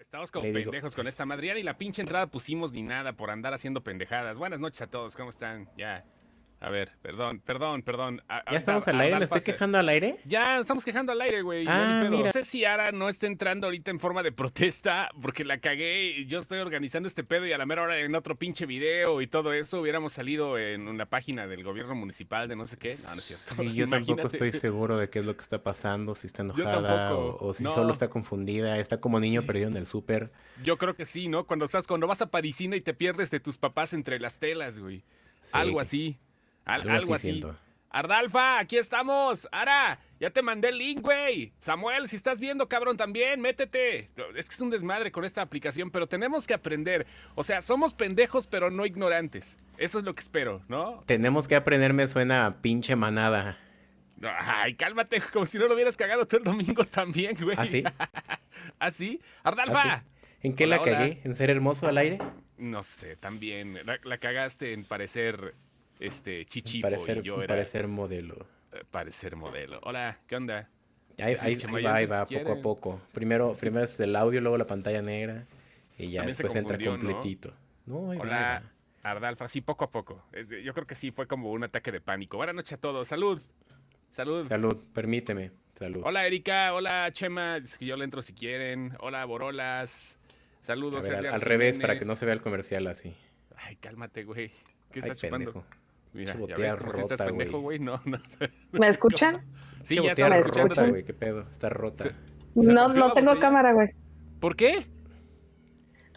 Estamos como pendejos con esta madre. Ya ni la pinche entrada pusimos ni nada por andar haciendo pendejadas. Buenas noches a todos, ¿cómo están? Ya. A ver, perdón, perdón, perdón. A- ¿Ya a- estamos a- al a aire? dar ¿Me estoy pase. quejando al aire? Ya estamos quejando al aire, güey. ya Ah, ni pedo. mira. No sé si Ara no está entrando ahorita en forma de protesta porque la cagué y yo estoy organizando este pedo y a la mera hora en otro pinche video y todo eso hubiéramos salido en una página del gobierno municipal de no sé qué. No, no es cierto. Sí, yo tampoco Imagínate. estoy seguro de qué es lo que está pasando, si está Yo enojada o, tampoco. o si No. solo está confundida, está como niño perdido en el súper. Yo creo que sí, ¿no? Cuando estás, cuando vas a Parisina y te pierdes de tus papás entre las telas, güey. Sí, Algo así. Al- algo, así. siento. Ardalfa, aquí estamos. Ara, ya te mandé el link, güey. Samuel, si estás viendo, cabrón, también, métete. Es que es un desmadre con esta aplicación, pero tenemos que aprender. O sea, somos pendejos, pero no ignorantes. Eso es lo que espero, ¿no? Tenemos que aprenderme, suena a pinche manada. Ay, cálmate, como si no lo hubieras cagado tú el domingo también, güey. ¿Así? ¿Así? Ardalfa. ¿Así? ¿En qué Hola, la hola. cagué? ¿En ser hermoso al aire? No sé, también. La, la cagaste en parecer este chichifo Parecer, y yo era parecer. parecer modelo. parecer modelo. Hola, ¿qué onda? Ahí, Sí, ahí- ahí chamayo, va, ahí pues, si va, poco quieren. a poco. Primero, primero es el audio, luego la pantalla negra y ya También se después entra confundió, ¿no? completito. No, ahí va, ahí Hola, va. Ardalfa. Sí, poco a poco. Es- yo creo que sí, fue como un ataque de pánico. Buenas noches a todos. Salud. Salud. Salud, permíteme. Salud. Hola, Erika. Hola, Chema. Es que yo le entro si quieren. Hola, Borolas. A Saludos. ver, al, Edgar al revés, para Jiménez. que no se vea el comercial así. Ay, cálmate, güey. ¿Qué Ay, estás chupando? pendejo. Mira, Pinche ya botella ves como si estás rota, güey. pendejo, güey. No, no. ¿Me escuchan? Sí, Pinche ya botella estamos rota, escuchándote. escuchando. güey, qué pedo. Está rota. Se- Se No, rompió no la tengo botella. cámara, güey. ¿Por qué?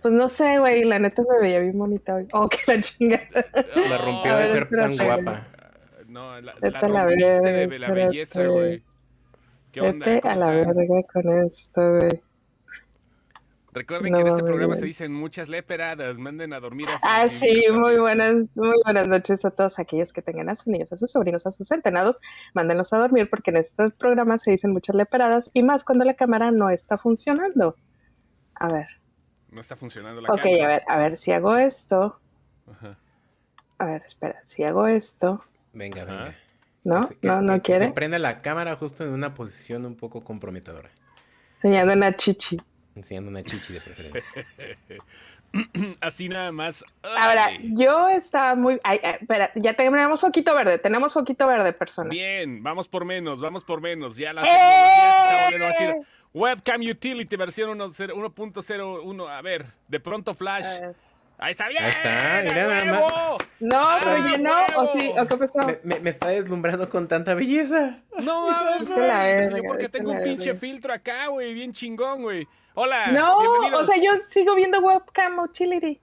Pues no sé, güey, la neta me veía bien bonita hoy. Oh, que la chingada. La rompió A de ver, ser tan espérate, guapa. No, la, la Vete Este, a la rompiste de, verga, la belleza, espérate. güey. ¿Qué onda? Vete ¿Cómo este, a la están? verga con esto, güey. Recuerden No que en este mames. programa se dicen muchas leperadas, manden a dormir a sus Ah, niños sí, también. muy buenas, muy buenas noches a todos aquellos que tengan a sus niños, a sus sobrinos, a sus entrenados. Mándenlos a dormir porque en este programa se dicen muchas leperadas y más cuando la cámara no está funcionando. A ver, No está funcionando la ok, cámara. a ver, a ver si hago esto. Ajá. A ver, espera, si hago esto. Venga, Ajá. venga. ¿No? Que se- que- ¿No, que- no que Se quiere? prenda la cámara justo en una posición un poco comprometedora. Enseñando una chichi. Enseñando una chichi de preferencia. Así nada más. Ahora, ¡Órale! yo estaba muy. ay, ay, espera, ya tenemos foquito verde, tenemos foquito verde, personas. Bien, vamos por menos, vamos por menos. Ya la ¡Eh! tecnología se está volviendo más chida. Webcam Utility versión 10 1.01. A ver, de pronto Flash. A ver. Ahí está bien. Ahí está, mira nada ¡A huevo! No, ¡Ah, pero ya no, o huevo! sí, o qué pasó. me, me- me está deslumbrando con tanta belleza. No mames, vete a güey. la verga, Yo porque vete a tengo un la pinche verga. filtro acá, güey, bien chingón, güey. Hola, No, ah, bienvenidos. o sea, yo sigo viendo webcam utility.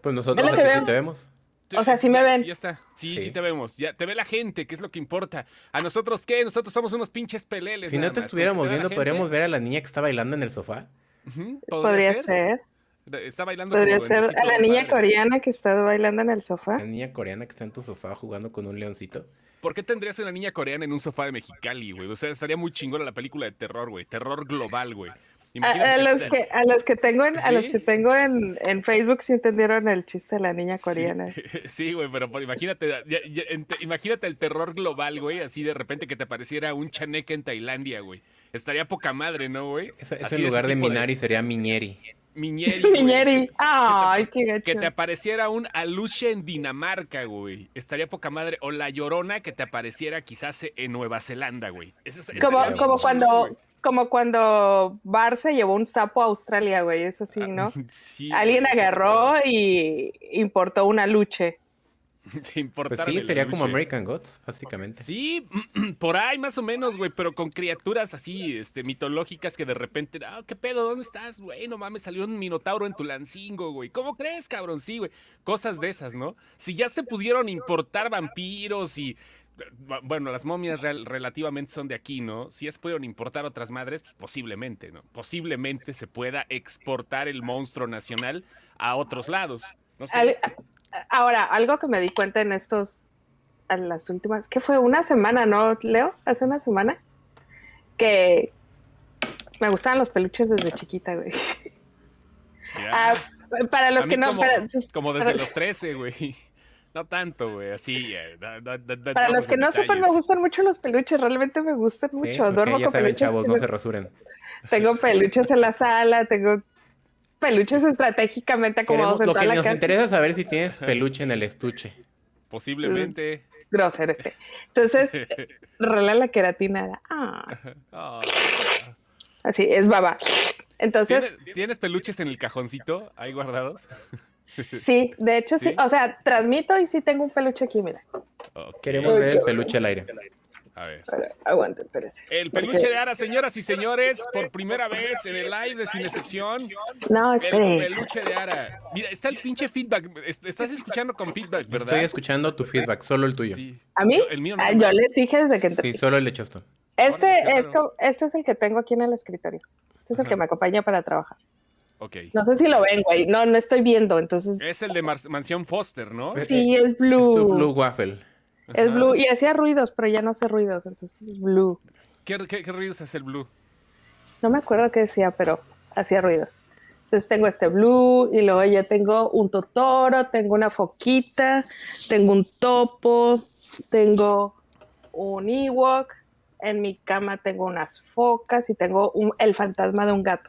Pues Es nosotros lo aquí que sí veo. te vemos. o sea, sí me Ya- ven. Ya está. Sí, sí, Sí. te vemos. Ya te ve la gente, que es lo que importa. ¿A nosotros qué? Nosotros somos unos pinches peleles. Si no nada te más. Con que estuviéramos vea la viendo, podríamos gente. ver a la niña que está bailando en el sofá. Ujú, Podría ser, Está bailando podría como ser duendecito a la bien niña padre. coreana que está bailando en el La sofá. niña coreana que está en tu sofá jugando con un leoncito. ¿Por qué tendrías una niña coreana en un sofá de Mexicali, güey? O sea, estaría muy chingona la película de terror, güey. Terror global, güey. A, Imagínate a que los sea- que a los que tengo en, a los ¿Sí? que tengo en, en Facebook sí entendieron el chiste de la niña coreana. Sí, Sí, güey, pero por- imagínate, ya- ya- ente- imagínate el terror global, güey, así de repente que te apareciera un chaneca en Tailandia, güey. Estaría poca madre, ¿no, güey? Eso, eso Así en lugar ese de tipo Minari sería Miñeri. Miñeri. güey. Niñeri. Ay, qué Que te gacho. apareciera un aluche en Dinamarca, güey. Estaría poca madre. O la llorona que te apareciera quizás en Nueva Zelanda, güey. Eso es- estaría Como, bien como chingón, güey. cuando, como cuando Bar se llevó un sapo a Australia, güey, es así, ¿no? Sí, Alguien güey, agarró y importó una luche. Te importara Pues sí, del sería como aluche. American Gods, básicamente. Sí, por ahí más o menos, güey, pero con criaturas así, este, mitológicas que de repente, ah, qué pedo, ¿dónde estás, güey? No mames, salió un minotauro en Tulancingo, güey. ¿Cómo crees, cabrón? Sí, güey. Cosas de esas, ¿no? Si ya se pudieron importar vampiros y. Bueno, las momias real- relativamente son de aquí, ¿no? Si ya se pudieron importar otras madres, pues posiblemente, ¿no? Posiblemente se pueda exportar el monstruo nacional a otros lados. No sé. Al- ahora, algo que me di cuenta en estos, en las últimas, que fue una semana, ¿no, Leo? Hace una semana, que me gustaban los peluches desde chiquita, güey. Mira. Ah, para los A que mí no, como, para, pues, como desde para- los 13, güey. No tanto, güey, así. eh, no- no- no- no para entramos los que en no detalles. sepan, me gustan mucho los peluches, realmente me gustan Sí, mucho. ok, Duermo ya con saben, peluches chavos, que no me se rasuren. Tengo peluches en la sala, tengo peluches estratégicamente Queremos- acomodados en lo toda que la nos casa. interesa es saber si tienes peluche en el estuche. Posiblemente. Grosser este. Entonces, eh, rola la queratina. Ah, Ah. así, es baba. Entonces, ¿Tienes, tienes peluches en el cajoncito ahí guardados? sí, de hecho sí. ¿Sí? O sea, transmito y sí tengo un peluche aquí, mira. Ok, Queremos ver el peluche al aire. A ver. Ahora, Aguante, espérese. El Porque- peluche de Ara, señoras y señores, por primera vez en el live de Sin Excepción. No, El espere. peluche de Ara. Mira, está el pinche feedback. Est- Estás escuchando con feedback, ¿verdad? Estoy escuchando tu feedback, solo el tuyo. Sí, Sí. ¿A mí? Yo- el mío no Ah, lo yo ves. les dije desde que entré. solo el de Cheston. Órale, qué Este es, raro. co- este es el que tengo aquí en el escritorio. Este es el Ajá. que me acompaña para trabajar. Ok. No sé si lo ven, güey. No, no estoy viendo, entonces... Es el de Mar- Mansión Foster, ¿no? Es- Sí, es Es tu blue. Blue Waffle. Es Ajá. blue. Y hacía ruidos, pero ya no hace ruidos, entonces es blue. ¿Qué, qué, qué ruidos hace el blue? No me acuerdo qué decía, pero hacía ruidos. Entonces tengo este blue y luego ya tengo un totoro, tengo una foquita, tengo un topo, tengo un ewok, en mi cama tengo unas focas y tengo un- el fantasma de un gato.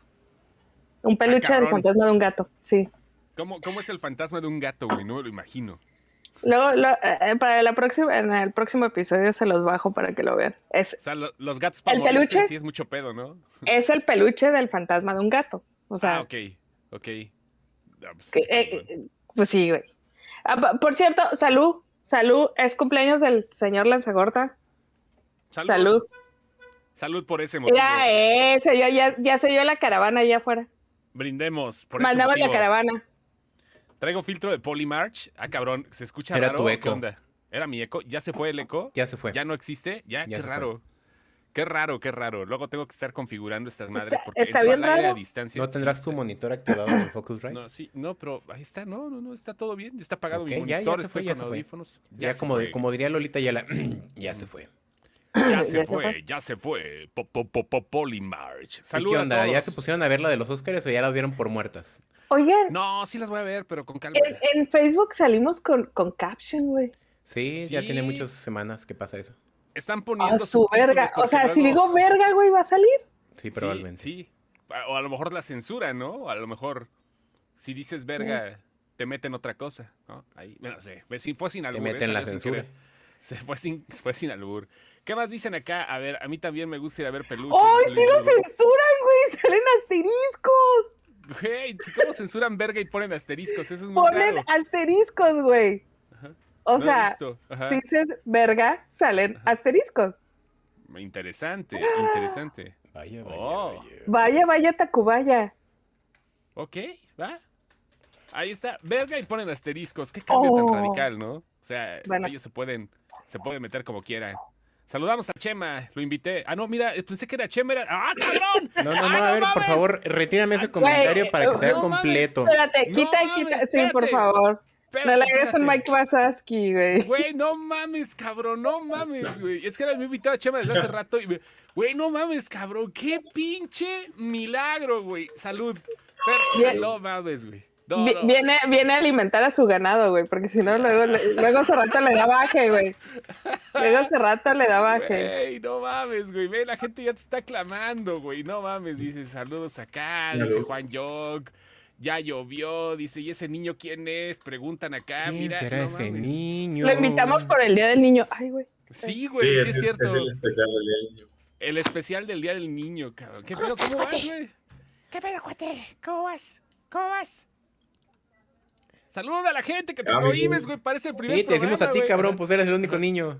Un peluche del Ah, cabrón. fantasma de un gato, sí. ¿Cómo, ¿Cómo es el fantasma de un gato, güey? No me lo imagino. Luego, lo- eh, eh, para la próxima, en el próximo episodio se los bajo para que lo vean. Es, O sea, lo- los gatos para ¿El morirse peluche? sí es mucho pedo, ¿no? es el peluche del fantasma de un gato. O sea, ah, ok, ok. Ah, pues, Que, qué eh, chingón. eh, pues sí, güey. Ah, pa- por cierto, salud, salud, es cumpleaños del señor Lanzagorta. salud, salud. Salud. por ese motivo. Era eh, ese, ya, ya, ya se dio la caravana allá afuera. Brindemos por ese Mandamos la motivo. caravana. Traigo filtro de Polymarch. Ah, cabrón, se escucha Era raro. tu ¿Qué eco. onda? Era mi eco. ¿Ya se fue el eco? Ya se fue. ¿Ya no existe? ¿Ya? Ya qué se raro. Qué raro, qué raro. Luego tengo que estar configurando estas madres Está- porque está entro bien al aire a raro. distancia. ¿No Sí, tendrás tu está- monitor activado en el Focusrite? No, sí, no, pero ahí está. No, no, no, está todo bien. Está apagado Ok, mi ya- ya monitor, se estoy fue, ya con se fue. audífonos. Ya, se como, de- fue. Mm. como diría Lolita Yala, ya se fue. Ya Ya se se fue, fue. ya se fue. Po- po- po- po- Polymarch. ¿Y Saludos. qué onda? ¿Ya se pusieron a ver la de los Oscars o ya las dieron por muertas? Oigan, No, sí las voy a ver, pero con calma. en, en Facebook salimos con, con caption, güey. Sí, ya tiene Sí. muchas semanas que pasa eso. Están A poniendo su verga. O sea, si digo verga, güey, va a salir. Sí, Sí, probablemente. Sí, A- O a lo mejor la censura, ¿no? A lo mejor si dices verga, te meten otra cosa, ¿no? Ahí, bueno, no sé. Ve, sí, fue sin Te albur. eh, meten la salió sin censura. querer. Se fue sin, fue sin albur. ¿Qué más dicen acá? A ver, a mí también me gusta ir a ver peluches. ¡Ay, dice sí Luis lo Lugo. censuran, güey! ¡Salen asteriscos! Güey, ¿cómo censuran verga y ponen asteriscos? Eso es muy Ponen raro. asteriscos, güey. Ajá. O No he sea, visto. Ajá. si dices verga, salen asteriscos. Interesante, Ah. interesante. Vaya, vaya, Oh. vaya. Vaya, vaya, Tacubaya. Ok, va. Ahí está, verga y ponen asteriscos. Qué cambio Oh. tan radical, ¿no? O sea, Bueno. ellos se pueden, se pueden meter como quieran. Saludamos a Chema, lo invité. Ah, no, mira, eh, pensé que era Chema, era. ¡Ah, cabrón! No, no, ¡Ay, no, a ver, por mames! favor, retírame ese comentario Güey, para que sea no mames. completo. Espérate, No quita, mames, quita. Sí, espérate. por favor. Espérate, No le hagas un espérate. Mike Wazowski, güey. Güey, no mames, cabrón, no mames, güey. Es que era mi invitado a Chema desde hace rato y me... Güey, no mames, cabrón, qué pinche milagro, güey. Salud. Fer, Bien. no mames, güey. No, Vi- no. Viene, viene a alimentar a su ganado, güey, porque si no, luego, le- luego hace rato le da baje, güey. Luego hace rato le da baje. Güey, no mames, güey. Ve, la gente ya te está clamando, güey. No mames, dice saludos acá, dice Juan York. Ya llovió, dice, ¿y ese niño quién es? Preguntan acá, ¿Quién Ah, mira. será no ese mames. niño? Lo invitamos por el Día del Niño. Ay, güey. Sí, güey, pues, sí, es, el- cierto. Es el el... especial del día del niño. especial del Día del Niño, cabrón. ¿Qué pedo? ¿Cómo vas, güey? ¿Qué pedo, cuate? ¿Cómo vas? ¿Cómo vas? Saluda a la gente que te Ah, sí. prohíbes, güey. Parece el primer Sí, te decimos a programa, ti, güey. cabrón, pues eres el único niño.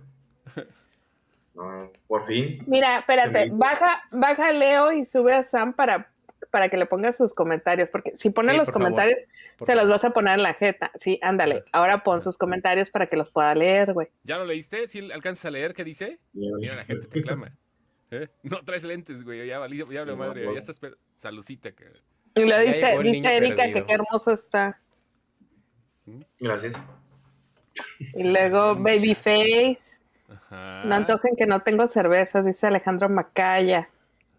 No, Ah, por fin. Mira, Se me espérate, hizo. baja, baja a Leo y sube a Sam para, para que le ponga sus comentarios, porque si pone Sí, los por favor, comentarios, por se los favor. vas a poner en la jeta. Sí, ándale. Ahora pon sus comentarios para que los pueda leer, güey. ¿Ya lo leíste? ¿Sí alcanzas a leer qué dice? Mira, la gente te clama. ¿Eh? No traes lentes, güey. Ya valí, ya valió No, madre. huevo. Ya estás. pe- Salucita, que. Y lo Ya dice, llegó el niño dice Erika que perdido. qué hermoso está. Gracias. Y luego Babyface, Ajá. Ah. no antojen que no tengo cervezas, dice Alejandro Macaya.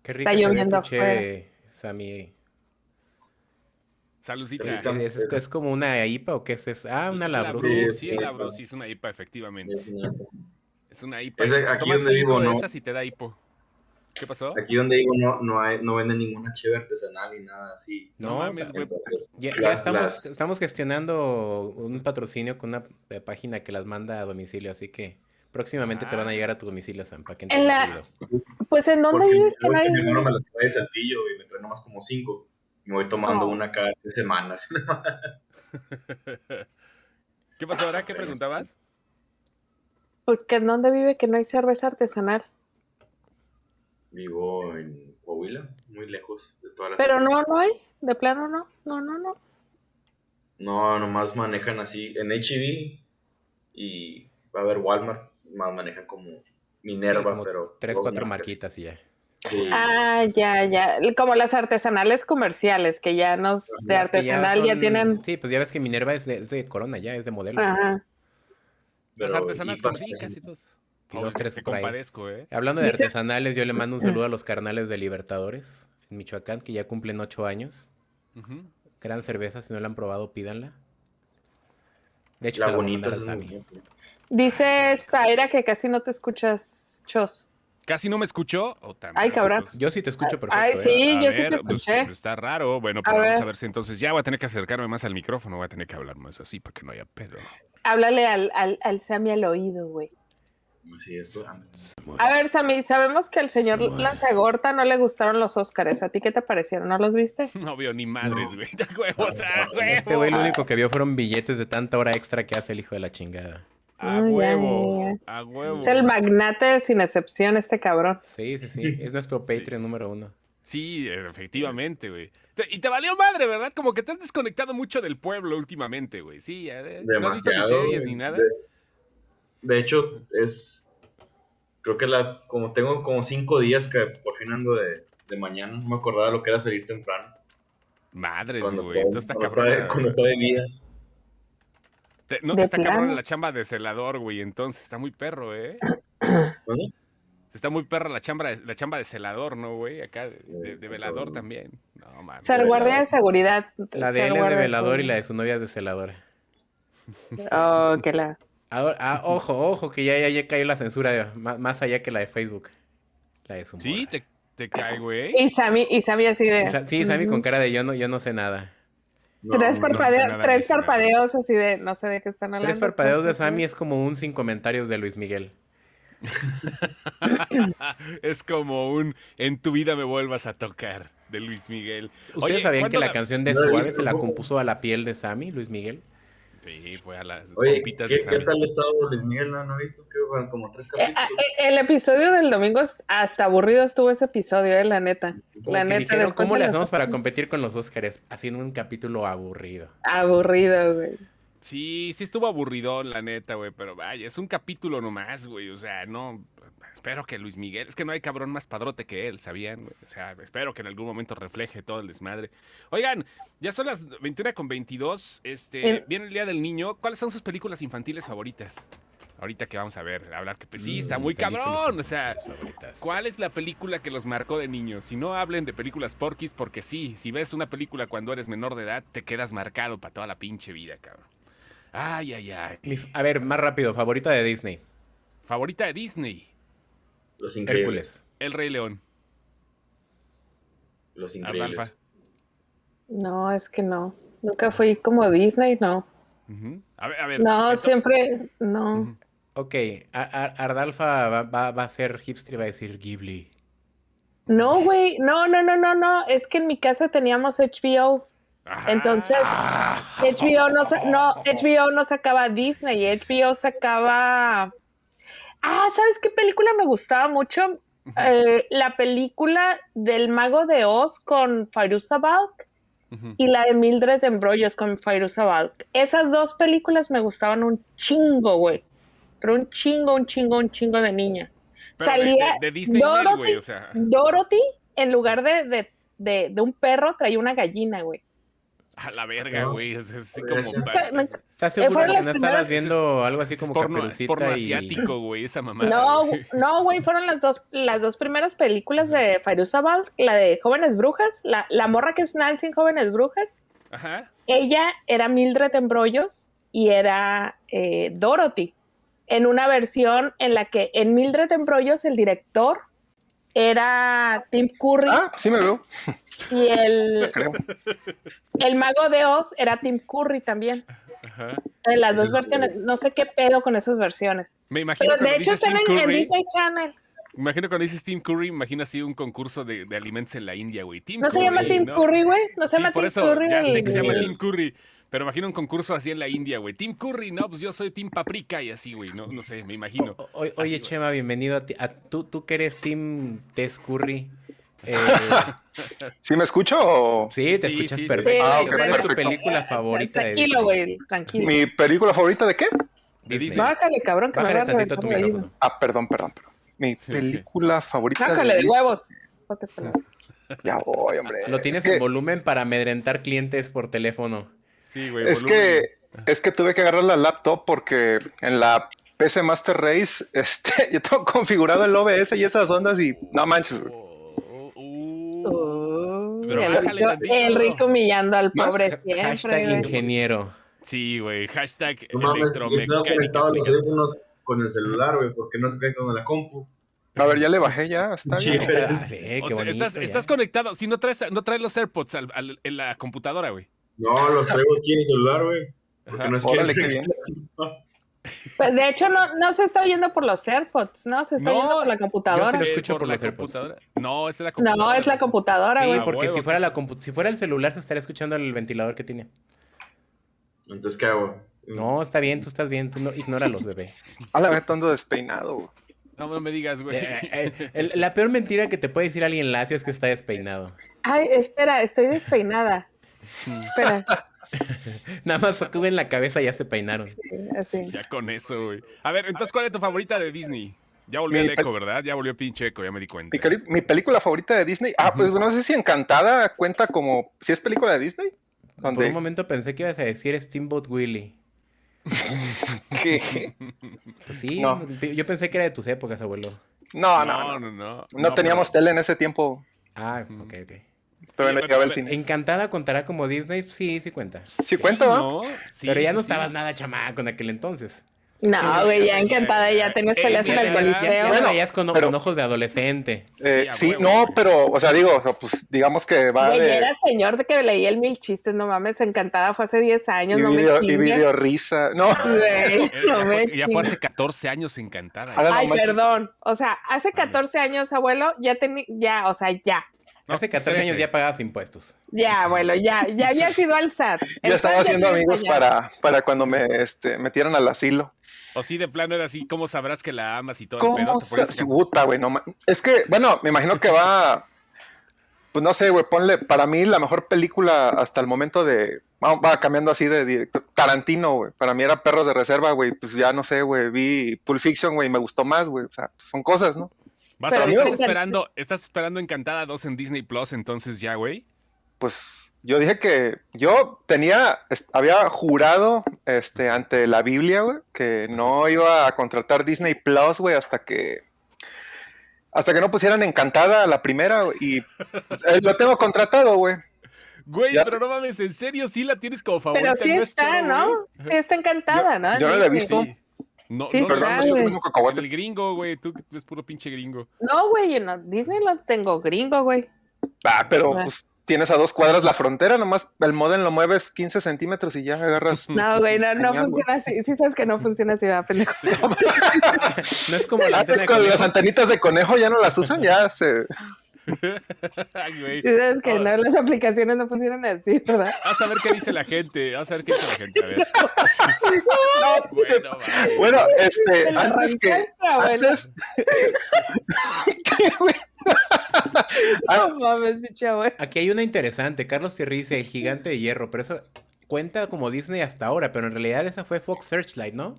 Qué rica Está se ve tu lloviendo cheve, Sammy. Salucita. Ahorita me- ¿Es, es- es como una IPA o qué es eso? Ah, una Es una labrosa. Bru, Sí, Sí, sí. es la bro, sí, es una IPA, efectivamente. Es una- Es una IPA. Es Te aquí tomas donde vivo, cinco de ¿no? esas y te da hipo. ¿Qué pasó? Aquí donde digo no, no, hay, no venden ninguna cheve artesanal ni nada así. No, No, mames, güey. Entonces, Ya, ya Las- estamos, las- estamos gestionando un patrocinio con una eh, página que las manda a domicilio, así que próximamente te van a llegar a tu domicilio, Sam, para que entres Ah. En la- rápido. Pues en dónde porque vives que luego no es hay. que mi hermano me las trae de saltillo y me trae nomás como cinco. Me voy tomando Oh. una cada tres semanas. ¿Qué pasó ahora? ¿Qué preguntabas? Pues que en dónde vive que no hay cerveza artesanal. Vivo en Coahuila, muy lejos de todas las Pero cosas. no, no hay. De plano no. No, no, no. No, nomás manejan así en HB y va a haber Walmart, más manejan como Minerva, Sí, como pero Tres, dos cuatro marcas. marquitas y ya. Sí, Ah, ya, ya. Como las artesanales comerciales, que ya nos de Las que artesanal ya, son- tienen. Sí, pues ya ves que Minerva es de, es de Corona, ya es de modelo. Ajá. Las pero- artesanas y con pasa- sí, casi todos. Y dos, Pobre, tres te por ahí. compadezco, eh. Hablando de Dice- artesanales, yo le mando un saludo a los carnales de Libertadores en Michoacán, que ya cumplen ocho años. Ujú. Gran cerveza, si no la han probado, pídanla. De hecho, La se la voy a bonita mandar a es Sammy. bonita. Dice Zaira que casi no te escuchas, Chos. Casi no me escuchó. Oh, tan Ay, raro, cabrón. pues. Yo sí te escucho perfecto. Ah, Ay, ¿eh? sí. A yo sí te ver, pues, escuché. está raro. Bueno, A pero vamos ver. a ver si entonces ya voy a tener que acercarme más al micrófono. Voy a tener que hablar más así para que no haya pedo. Háblale al, al, al Sammy al oído, güey. Sí, esto. A ver, Sammy, sabemos que al señor Samuel. Lanzagorta no le gustaron los Óscares. ¿A ti qué te parecieron? ¿No los viste? No veo ni madres, No. güey. De huevos, a Este huevo. güey lo único que vio fueron billetes de tanta hora extra que hace el hijo de la chingada. A Ay, ya, huevo. ya, A huevo. Es el magnate sin excepción este cabrón. Sí, sí, sí. Es nuestro Sí. Patreon número uno. Sí, efectivamente, güey. Te- Y te valió madre, ¿verdad? Como que te has desconectado mucho del pueblo últimamente, güey. Sí, eh, no has visto ni Demasiado. series ni güey. nada. De, de hecho, es. Creo que la. Como tengo como cinco días que por fin ando de, de mañana. No me acordaba lo que era salir temprano. Madres, Cuando, güey. todo- Entonces está cuando cabrón. estaba- cuando estaba de vida. Te- no, De está cabrón plano. la chamba de celador, güey. Entonces está muy perro, ¿eh? ¿no? Está muy perra la chamba de, la chamba de celador, ¿no, güey? Acá de, de- de Sí, velador cabrón. también. No, mames. Ser guardia de velador. seguridad. La de ser él es de guardia velador y la de su novia es de celadora. seguridad. Oh, que la. Ahora, ah, ojo, ojo, que ya, ya, ya cayó la censura ma- más, allá que la de Facebook. La de su Sí, morra. te, te cae, güey. Y Sammy, y Sammy así de. Y Sa- Sí, Sammy con cara de yo no, yo no sé nada. No, tres no, parpa- parpadeo- sé nada, tres no sé nada. parpadeos así de. No sé de qué están hablando. Tres parpadeos de Sammy es como un sin comentarios de Luis Miguel. es como un En tu vida me vuelvas a tocar de Luis Miguel. ¿Ustedes Oye, sabían ¿cuánto que la la- canción de No la he Suárez visto se la tampoco. compuso a la piel de Sammy, Luis Miguel? Sí, fue a las Oye, ¿qué, pompitas de ¿qué Sammy. tal ha estado Luis Miguel? No, no he visto que van como tres Eh, ah, capítulos. eh, El episodio del domingo es- hasta aburrido estuvo ese episodio, eh, la neta. Como La que neta, dijeron, después ¿cómo de le los- hacemos para competir con los Óscares? Haciendo un capítulo aburrido. Aburrido, güey. Sí, sí estuvo aburridón, la neta, güey. Pero vaya, es un capítulo nomás, güey. O sea, no. Espero que Luis Miguel. Es que no hay cabrón más padrote que él, ¿sabían? güey? O sea, espero que en algún momento refleje todo el desmadre. Oigan, ya son las 21 con 22. Este, El- viene el Día del Niño. ¿Cuáles son sus películas infantiles favoritas? Ahorita que vamos a ver, a hablar que pues, sí, está Mm, muy películas cabrón. O sea, favoritas. ¿Cuál es la película que los marcó de niños? Si no hablen de películas porquis, porque sí, si ves una película cuando eres menor de edad, te quedas marcado para toda la pinche vida, cabrón. Ay, ay, ay. Mi- a ver, más rápido, favorita de Disney. Favorita de Disney, Los increíbles. Hércules. El Rey León. Los Arnalfa. increíbles. No, es que no. Nunca fui como Disney, no. Ujú. A ver, a ver. No, ento- siempre, no. Ujú. Ok, Ar- Ar- Ardalfa va, va- va a ser hipster y va a decir Ghibli. No, güey, no, no, no, no, no. Es que en mi casa teníamos HBO. Ajá. Entonces, Ah. HBO no, sa- no, HBO no sacaba Disney, HBO sacaba... Ah, ¿sabes qué película me gustaba mucho? Eh, la película del Mago de Oz con Fairuza Balk Ujú. y la de Mildred en Brollos con Fairuza Balk. Esas dos películas me gustaban un chingo, güey. Pero un chingo, un chingo, un chingo de niña. Pero de- salía de, de Disney World, Dorothy- güey, o sea. Dorothy, en lugar de, de, de- de un perro, traía una gallina, güey. A la verga, No. güey. Es es así Podría como. ser. pa- Nunca- ¿Estás Eh, seguro fueron que las no primeras- estabas viendo algo así es como porno, es porno Caperucita y... asiático, güey, esa mamada. No, güey. no, güey, fueron las dos, las dos primeras películas de Firuzabal, la de Jóvenes Brujas, la, la morra que es Nancy en Jóvenes Brujas. Ajá. Ella era Mildred en Brollos y era eh, Dorothy, en una versión en la que en Mildred en Brollos el director era Tim Curry Ah, sí me veo, y el, creo. el mago de Oz era Tim Curry también. Ajá. En las Ese dos es- eh, versiones. No sé qué pedo con esas versiones. Me imagino Pero cuando de hecho dices están Tim en, en Curry, Disney Channel. me imagino cuando dices Tim Curry, me imagino así un concurso de, de alimentos en la India, güey. Tim ¿No se llama Curry, Tim ¿no? Curry, güey? No se Sí, llama por Tim eso Curry. ya sé que se llama güey. Tim Curry, pero imagino un concurso así en la India, güey. Tim Curry, no, pues yo soy Tim Paprika y así, güey, no, no sé, me imagino. O- o- oye, güey. Chema, bienvenido a ti. a- tú, tú que eres Team Tess Curry. Eh, ¿Sí me escucho o- sí, te Sí, escuchas sí, sí. perfecto. Sí, Ah, güey, ok, ¿Cuál pero- es tu perfecto. película favorita de Tranquilo, Disney? güey, tranquilo. ¿Mi película favorita de qué? De Disney. Bájale, cabrón, que me Bájale va a tantito a tu reventar la micrófono. Ah, perdón, perdón, perdón. Mi Sí, película favorita isla. Bájale de de Disney. huevos. Pocas palabras. Ya voy, hombre. Lo tienes es que, en volumen para amedrentar clientes por teléfono. Sí, güey. es volumen. que es que tuve que agarrar la laptop porque en la PC Master Race, este, yo tengo configurado el OBS y esas ondas y no manches. güey. Oh, oh. Uy, Pero el, bájale rico, tantito. el rico humillando al Más pobre Hashtag siempre. güey. ingeniero. Sí, güey, hashtag No mames, yo estaba electromecánica. conectado a los aplicada. teléfonos con el celular, güey, porque no se conectan a la compu. A ver, ya le bajé, ya está Sí. bien. Ah, sí, qué O sea, bonito, estás, ya. ¿eh? estás conectado, si no traes, no traes los AirPods al- al- en la computadora, güey. No, los traigo aquí en el celular, güey. Porque Ajá. no es Órale, que qué bien. Pues, de hecho, no, no se está oyendo por los AirPods, ¿no? Se está No, oyendo por la computadora. lo Eh, escucho por la los AirPods. computadora. No, es la computadora. No, es la dice. computadora, Sí, güey. Ah, porque huevo. si fuera, la compu- si fuera el celular, se estaría escuchando el ventilador que tiene. Entonces, ¿qué hago? No, está bien, tú estás bien, tú no, ignóralos, bebé. A la vez ando despeinado. güey. No, no me digas, güey. Eh, eh, el- la peor mentira que te puede decir alguien lacio es que está despeinado. Ay, espera, estoy despeinada. espera, Nada más sacuden la cabeza y ya se peinaron. así. Ya con eso, güey. A ver, entonces, ¿cuál es tu favorita de Disney? Ya volvió Mi el eco, ¿verdad? Ya volvió pinche eco, ya me di cuenta. Mi, cali- mi película favorita de Disney. Ah, pues no sé si Encantada cuenta como si es película de Disney. Por un Donde momento pensé que ibas a decir Steamboat Willie. que- Pues sí, No. yo pensé que era de tus épocas, abuelo. no, no, no, no, no. teníamos tele en ese tiempo. Ah, Ujú. ok, ok. Todavía Oye, no llegaba el pero- cine. Encantada contará como Disney, pues sí, sí cuenta. Sí, cuenta, ¿va? Pero ya no estabas nada chamaco en aquel entonces. No, güey, ya encantada, ya tenías Eh, peleas Sí, Ya en te el mira, veías- ya- ya coliseo. te Bueno, veías con, o- pero- con ojos de adolescente. Eh, a sí, huevo, no, güey. pero, o sea, digo, o sea, pues digamos que va Güey, de. era señor de que leía el mil chistes, no mames, encantada, fue hace 10 años, Y no video, me y chingues. video risa. No, Güey, Eh, no ya, me fue, ya fue chingues. hace 14 años encantada. Ahora- güey. Ay, No manches. perdón. O sea, hace Mames. 14 años, abuelo, ya tenía, ya, o sea, ya. No, Hace 14 años 13. ya pagabas impuestos. Ya, abuelo, ya, ya había sido al SAT. El ya estaba SAT haciendo tiene amigos que para, para cuando me este, metieran al asilo. O sí, de plano era así, ¿cómo sabrás que la amas y todo? el pedo? ¿Cómo Te ponías se acá- puta, güey? No ma- es que, bueno, me imagino que va. Pues no sé, güey, ponle. Para mí, la mejor película hasta el momento de. Va, va cambiando así de directo. Tarantino, güey. Para mí era Perros de Reserva, güey. Pues ya no sé, güey. Vi Pulp Fiction, güey. y Me gustó más, güey. O sea, son cosas, ¿no? Vas a- Pero estás, yo- esperando, estás esperando Encantada 2 en Disney Plus, entonces ya, güey. pues yo dije que yo tenía, es- había jurado este, ante la Biblia, güey, que no iba a contratar Disney Plus, güey, hasta que. Hasta que no pusieran encantada la primera, güey, y pues, eh, lo tengo contratado, güey. Güey, Ya- pero no mames, en serio, sí la tienes como favorita. Pero sí no es está, choro, ¿no? güey? Sí está encantada, ¿no? yo no la he Disney. visto. Sí. No, Sí, no, Ah, está, Perdón, no, no soy güey. como El cacahuate. gringo, güey, tú que eres puro pinche gringo. No, güey, no, Disney lo tengo gringo, güey. Ah, pero Ah. pues tienes a dos cuadras la frontera, nomás el modem lo mueves 15 centímetros y ya agarras. Mm, No, güey, no, no Genial, funciona así. Sí sabes que no funciona así, ¿verdad, pendejo? No es como la antena Antes de Ah, pues, con las conejo. antenitas de conejo ya no las usan, ya se. Ay, güey. Sí sabes que Ahora- Ah. no, las aplicaciones no funcionan así, ¿verdad? Vas a ver qué dice la gente. Vas a ver qué dice la gente. A ver. Bueno, vale. Bueno, este, Te la antes que, arrancaste, abuelo. antes, ¿Qué, güey? Ah, No mames, pinche abuelo. Aquí hay una interesante. Carlos Thierry dice El Gigante de Hierro, pero eso cuenta como Disney hasta ahora, pero en realidad esa fue Fox Searchlight, ¿no?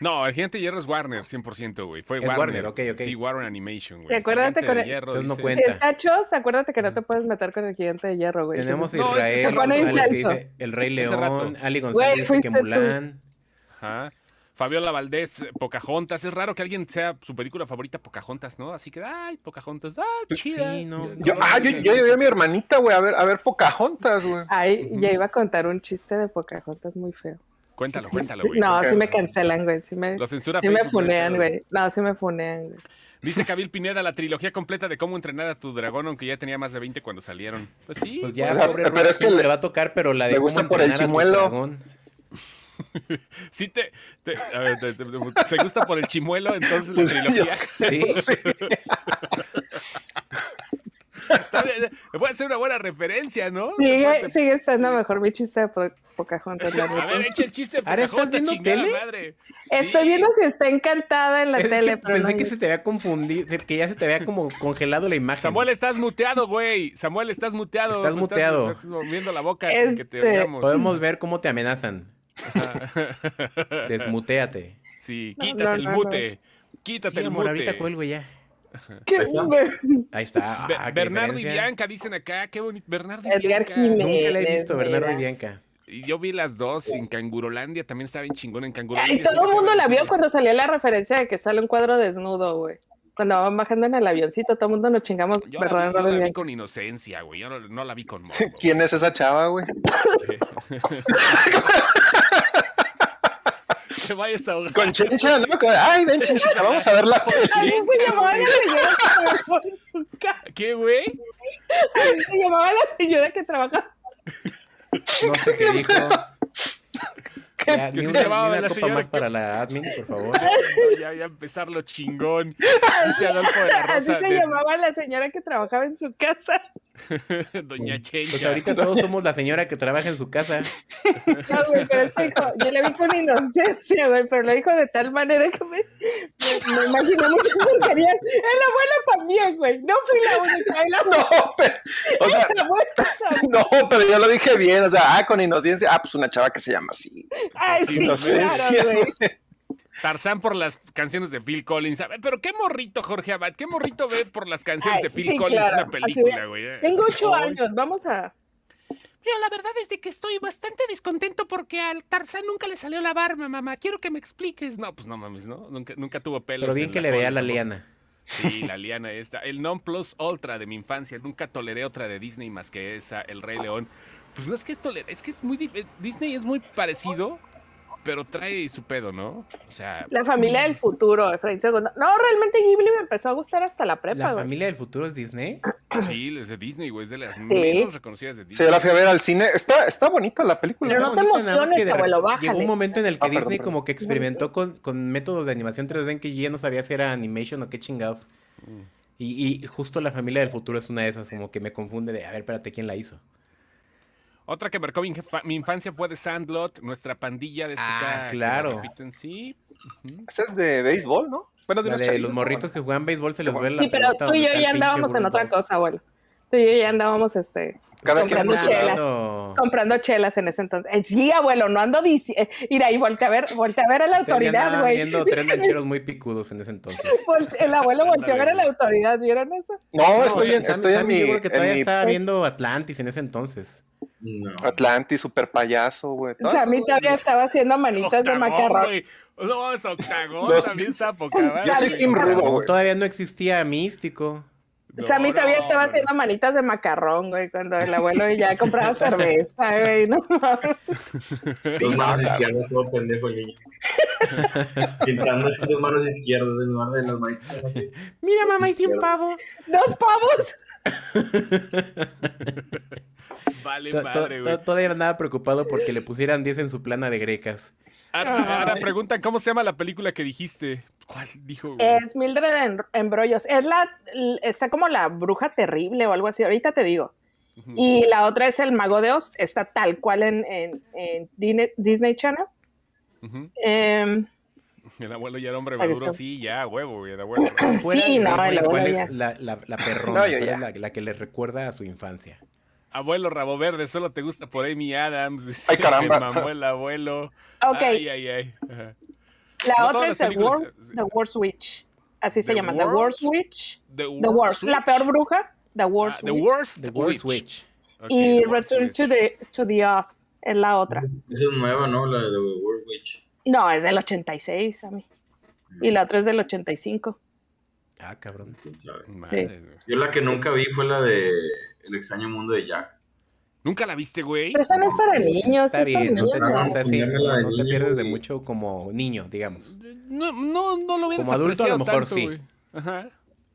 No, el gigante de hierro es Warner, 100%, güey. Fue Es Warner. Warner, ok, ok. Sí, Warner Animation, güey. Y acuérdate El Gigante con de el- hierro, Entonces no dice- Si cuenta. está chos, acuérdate que no te puedes meter con el gigante de hierro, Pues, güey. Tenemos a No, ese es Israel, hace rato. González que Intenso. dice El Rey Hace León, rato. Ali González dice fuiste que tú. Mulan. Ajá. Fabiola Valdés, eh, Pocahontas. Es raro que alguien sea su película favorita Pocahontas, ¿no? Así que, ay, Pocahontas, ah, chida. Sí, no, yo, ah, yo, yo llevé a mi hermanita, güey, a ver, a ver Pocahontas, güey. Ay, ya iba a contar un chiste de Pocahontas muy feo. Cuéntalo, cuéntalo, güey. no, cuéntalo. sí me cancelan, güey. Sí me, Lo censura sí me Facebook, funean, todo. güey. No, sí me funean, güey. Dice Kabil Pineda, la trilogía completa de cómo entrenar a tu dragón, aunque ya tenía más de 20 cuando salieron. Pues sí. Pues ya, O sea, pobre pero Rulo, es que Kimo le- le va a tocar, pero la de le cómo gusta por el entrenar a tu chimuelo. dragón. Sí te, te- a ver, te- te- te gusta por el chimuelo, entonces Pues, la trilogía. Sí, Está bien, eh, Puede ser una buena referencia, ¿no? Sigue, Aparte- sigue estando mejor mi chiste de Po- Pocahontas. la A neta. ver, echa el chiste. de Ahora, ¿estás Pocahontas, viendo chingada tele? madre. Estoy Sí. viendo si está encantada en la Es que tele, pero pensé no- que se te había confundido, que ya se te había como congelado la imagen. Samuel, estás muteado, güey. Samuel, estás muteado. Estás Me muteado. me Estás, moviendo la boca sin que te Este- oigamos. Podemos ver cómo te amenazan. Eh, Desmuteate. Sí, No, quítate no, el no, no. mute. Quítate Sí, el amor, mute. ahorita cuelgo ya. ¿Qué? Ahí está. Ahí está. Be- Ah, qué Bernardo y diferencia. Bianca dicen acá, qué bonito. Bernardo y Edgar Bianca. Jiménez. Nunca la he visto, Mira. Bernardo y Bianca. Y Yo vi las dos en Cangurolandia, también estaba bien chingón en Cangurolandia. Y todo el sí, mundo la vio sí. cuando salió la referencia de que sale un cuadro desnudo, güey. Cuando van bajando en el avioncito, todo el mundo nos chingamos. Yo la, perdón, vi, yo la vi Rubén. con inocencia, güey. Yo no, no la vi con morbo. güey. ¿Quién es esa chava, güey? Te vayas a ahogar. Con Chencha, ¿no? Con- Ay, ven, Chencha, vamos a verla. Ay, se llamaba la señora que trabajó en su casa. ¿Qué, güey? Ay, Se llamaba la señora que trabaja. No sé qué dijo. ¿Qué Ya, ni se una, ni llamaba una la copa señora más que- para la admin, por favor. No, ya voy a empezar lo chingón. Dice Adolfo de la Así Rosa. se de- llamaba la señora que trabajaba en su casa. Doña Chencha. Pues ahorita todos somos la señora que trabaja en su casa. No, güey, pero es que dijo, yo le vi con inocencia, güey, pero lo dijo de tal manera que me, me, me imaginé muchas porquerías. El abuelo también, güey. No fui la única, el abuelo. No, pero, o sea, el abuelo también. no, pero yo lo dije bien, o sea, ah, con inocencia, ah, pues una chava que se llama así. Ay, sí, Inocencia. claro, güey. Tarzán por las canciones de Phil Collins. A ver, Pero qué morrito, Jorge Abad. ¿Qué morrito ve por las canciones Ay, de Phil sí, Collins? claro. Una Así película, de- güey. Tengo Así, ocho ay. años, vamos a. Mira, la verdad es de que estoy bastante descontento porque al Tarzán nunca le salió la barba, mamá. Quiero que me expliques. No, pues no mames, ¿no? Nunca, nunca tuvo pelos. Pero bien en que le vea cola, la ¿no? liana. Sí, la liana esta. El non plus ultra de mi infancia. Nunca toleré otra de Disney más que esa, El Rey León. Pues no es que es toler- es que es muy... dif- eh, Disney es muy parecido, pero trae su pedo, ¿no? O sea... La familia del futuro, Efraín Segundo. No, realmente Ghibli me empezó a gustar hasta la prepa, ¿La güey. familia del futuro es Disney? Sí, es de Disney, güey. Es de las menos reconocidas de Sí, Disney. yo la fui a ver al cine. Está, está bonita la película. Pero no Está te bonita, nada más que emociones, de abuelo, repente Llegó bájale. un momento en el que Ah, perdón, Disney perdón. como que experimentó con, con métodos de animación 3D en que yo ya no sabía si era animation o qué chingados. Y, y justo la familia del futuro es una de esas, como que me confunde de, a ver, espérate, ¿quién la hizo? Otra que marcó mi, infa- mi infancia fue de Sandlot, nuestra pandilla de este Ah, acá, que claro. la repiten, Sí. Ujú. Esa es de béisbol, ¿no? Bueno, de La unos de chavitos, los ¿no? morritos que juegan béisbol se les Sí, ve la Sí, pero pelota tú donde y yo está el ya pinche andábamos en bulldog. otra cosa, abuelo. Tú y yo ya andábamos este, Cada quien Comprando anda chelas. jugando. Comprando- comprando chelas en ese entonces. Eh, Sí, abuelo, no ando diciendo. Ir ahí, voltea a ver, voltea a ver a la Ustedes ya autoridad, andaban güey. viendo tres lancheros muy picudos en ese entonces. Volte- El abuelo volteó a ver a la autoridad, ¿vieron eso? No, No, estoy, Sam- en, estoy en Sammy mi, Yo creo que en todavía mi estaba viendo Atlantis en ese entonces. No. Atlantis, super payaso, güey. O Todo sea, a eso, mí güey. todavía estaba haciendo manitas de Octagón, macarrón. güey. No, es octagón, Los- también zapocabal. Yo soy güey. team Rudo, No, güey. todavía no existía Místico. O sea, a mí No, todavía no, estaba no, haciendo manitas de macarrón, güey, cuando el abuelo ya compraba cerveza, güey, no mames. Dos manos no, izquierdas, todo pendejo el niño. Pintando así dos manos izquierdas en lugar de las manos izquierdas. así. Mira, mamá, hice un pavo. Dos pavos. Vale, To- to- madre, to- güey. Todavía andaba preocupado porque le pusieran 10 en su plana de grecas. Ahora ahora preguntan cómo se llama la película que dijiste. ¿Cuál dijo? güey? Es Mildred en, en Brollos. Es la, l- está como la bruja terrible o algo así, ahorita te digo. Ujú. Y la otra es el mago de Oz, está tal cual en, en, en Dine- Disney Channel. Ujú. Em, El abuelo ya era hombre Parece. maduro, sí, ya, huevo, güey, el abuelo. Fuera sí, de no, Broadway, el abuelo ¿cuál ya. es la, la, la perrona? No, yo ¿Cuál ya. es la, la que le recuerda a su infancia? abuelo Rabo Verde, solo te gusta por Amy Adams. dice, Ay, caramba. Se mamó el abuelo. Ok, Ay, ay, ay. Ajá. Ah, la no otra todas es las The películas, eh, Worst, sí. The Worst Witch. Así se The llama, The Worst Worst- Witch. The The Worst, la Witch. peor bruja, The Ah, Worst the Witch. Worst The Witch. Worst Witch. Ok, Y The Worst Return Witch. to the, to the Oz es la otra. Esa es nueva, ¿no? La de World Witch. No, es del 86, a mí. Y la otra es del 85. Ah, cabrón. ¿Quién sabe? Madres, güey. Yo la que nunca vi fue la de El extraño mundo de Jack. Nunca la viste, güey. Pero esa no es para niños, Está es para bien, no niños. te, no. o sea, sí, Ponerla no- de no te niño, pierdes de güey. mucho como niño, digamos. No, no, no lo hubieras Como adulto, a lo apreciado mejor tanto, sí. güey. Ajá.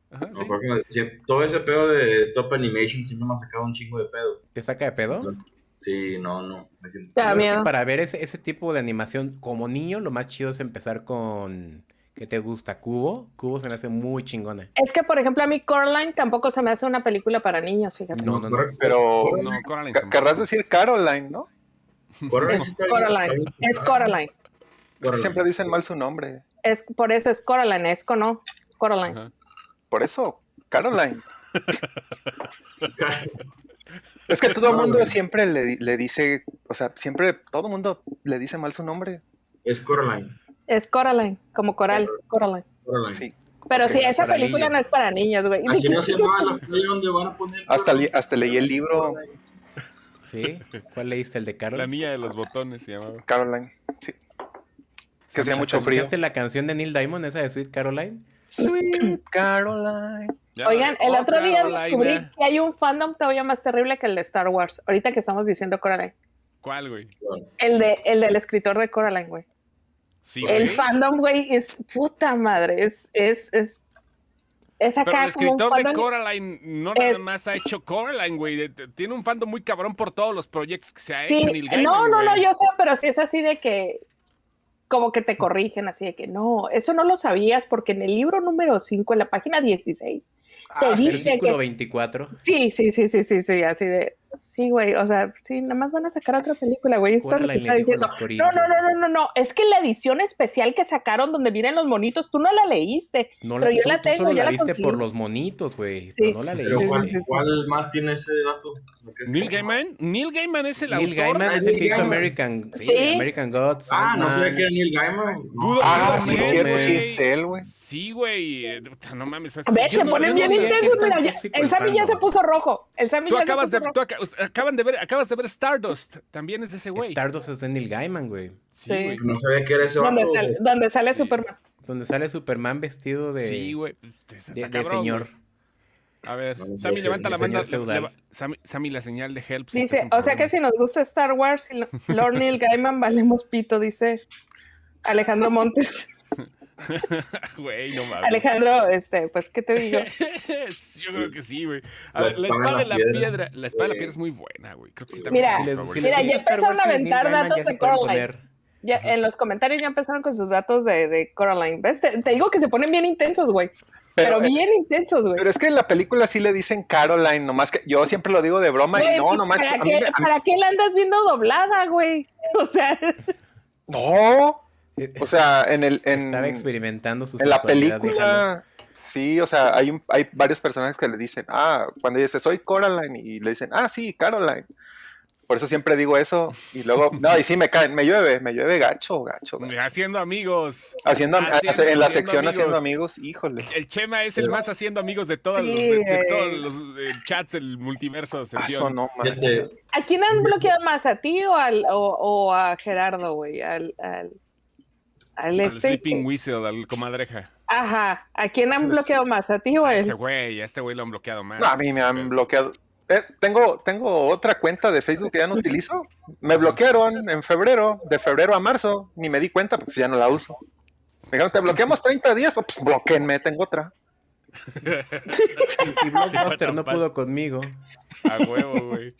Ajá, Me sí. acuerdo que me decía, todo ese pedo de stop animation siempre me ha sacado un chingo de pedo. ¿Te saca de pedo? Sí, no, no. Me siento... Te da Yo creo que miedo. Para ver ese, ese tipo de animación como niño, lo más chido es empezar con. ¿Qué te gusta? ¿Cubo? Cubo se me hace muy chingona. Es que, por ejemplo, a mí Coraline tampoco se me hace una película para niños, fíjate. No, no, no. Pero No, Coraline. ca- tampoco. querrás decir Caroline, ¿no? Coraline sí Es está bien- está Coraline. bien Es chingada. Coraline. Es que Coraline. siempre dicen mal su nombre. Es, por eso es Coraline, es no. Coraline. Ajá. Por eso, Caroline. Es que todo el mundo siempre le, di- le dice, o sea, siempre todo el mundo le dice mal su nombre. Es Coraline. Es Coraline, como coral, Coraline. Coraline. Sí. Pero Ok, sí, esa para película niños. no es para niños, güey. Así no se llama la playa donde van a poner. Hasta, li- Coraline. hasta leí el libro ¿Sí? ¿Cuál leíste? ¿El de Carol? La niña de los botones se llamaba. Caroline. Sí. Que hacía ¿Hasta mucho frío. ¿Escuchaste la canción de Neil Diamond, esa de Sweet Caroline? Sweet Mm, Caroline. Ya, Oigan, el oh, otro día Carolina. descubrí que hay un fandom todavía más terrible que el de Star Wars. Ahorita que estamos diciendo Coraline. ¿Cuál, güey? El, de, el del escritor de Coraline, güey. Sí, El güey. fandom, güey, es puta madre. Es, es, es, es Pero acá el como un escritor de fandom. Coraline no nada Es- más ha hecho Coraline, güey. De- de- Tiene un fandom muy cabrón por todos los proyectos que se ha Sí, hecho. Neil Gaiman, no, no, güey. no, yo sé, pero sí es así de que como que te corrigen, así de que no, eso no lo sabías porque en el libro número 5, en la página 16. Ah, dice Círculo que- 24. Sí, sí, sí, sí, sí, sí, así de, sí, güey, o sea, sí, nada más van a sacar otra película, güey, esto es lo que Coraline está le dijo a diciendo. los No, corillos. no, no, no, no, no, es que la edición especial que sacaron donde vienen los monitos, tú no la leíste. No, Pero yo tú- la tú tengo, solo yo la la viste conseguí. por los monitos, güey. Sí. pues, pero No la Pero leíste. Sí, ¿cuál, sí, sí. cuál más tiene ese dato? Lo que es- Neil Gaiman, Neil Gaiman es el Neil autor. Gaiman de- es el que hizo Gaiman. American, sí, Sí. American Gods. Ah, no Sandman. sabía que era Neil Gaiman. Good Ah, No, sí, no, es cierto, sí güey. es él, güey. Sí, güey. eh, puta, No mames. A ver, yo se no- ponen yo no bien sé. qué intensos, tan mira, ya- tóxico el el Sammy ya fandom. se puso rojo, el Sammy Tú ya se acabas puso de, tú rojo. aca- o sea, acaban de ver, acabas de ver Stardust. También es de ese güey. Stardust es de Neil Gaiman, güey. Sí, Sí. güey. No sabía que era ese Donde vato. sale, donde sale Sí. Superman. Donde sale Superman vestido de, Sí, güey. Este, Está de- de cabrón, señor. güey. A ver, No, no sé, Sammy, sí, levanta sí, la señor mano. feudal. leva- Sammy, Sammy, la señal de este help. si Dice, estás en o sea que si problemas. nos gusta Star Wars y Lord Neil Gaiman, valemos pito, dice Alejandro Montes. Güey, no mames. Alejandro, este, pues, ¿qué te digo? Yo creo que sí, güey. A La ver, la espada espada de la piedra. La espada de la Sí. piedra es muy buena, güey. Creo que sí Sí. también es Mira, Si de les- mis si favoritas. les Mira, gusta ya Star empezaron Wars a y Neil aventar Gaiman, datos ya de se pueden Coraline. poner- Ya en los comentarios ya empezaron con sus datos de, de Coraline. ¿Ves? Te, te digo que se ponen bien intensos, güey. Pero, Pero es- bien intensos, güey. Pero es que en la película sí le dicen Caroline, nomás que yo siempre lo digo de broma Güey, y no, pues, nomás. ¿para, a mí qué, me- a mí- ¿Para qué la andas viendo doblada, güey? O sea, no. Eh, O sea, en el en, Estaba experimentando su en la sexualidad, déjalo. película sí, o sea, hay un- hay varios personajes que le dicen, "Ah, cuando dice soy Coraline" y le dicen, "Ah, sí, Caroline." Por eso siempre digo eso y luego no, y sí me caen, me llueve, me llueve gacho, gacho. gacho. Haciendo amigos. Haciendo- Haciendo, en la ah, haciendo sección haciendo amigos. amigos, híjole. ah, El Chema es el Pero- más haciendo amigos de todos Sí, los, de- de güey. todos los, eh, chats del multiverso. Eso Sergio. no manches. Fíjate, ¿a quién han bloqueado más? ¿A ti o, al, o, o a Gerardo, güey? Al, al, al Al este- Sleeping Whistle, al comadreja. Ajá, ¿a quién han bloqueado más? ¿A ti o A a este él? güey, a este güey lo han bloqueado más. No, a mí me han bloqueado. Eh, tengo, tengo otra cuenta de Facebook que ya no utilizo. Me bloquearon en febrero, de febrero a marzo. Ni me di cuenta, pues ya no la uso. Me dijeron, te bloqueamos 30 días. No, Pues bloqueenme, tengo otra. Y si Blockbuster no Paz. pudo conmigo. A huevo, güey.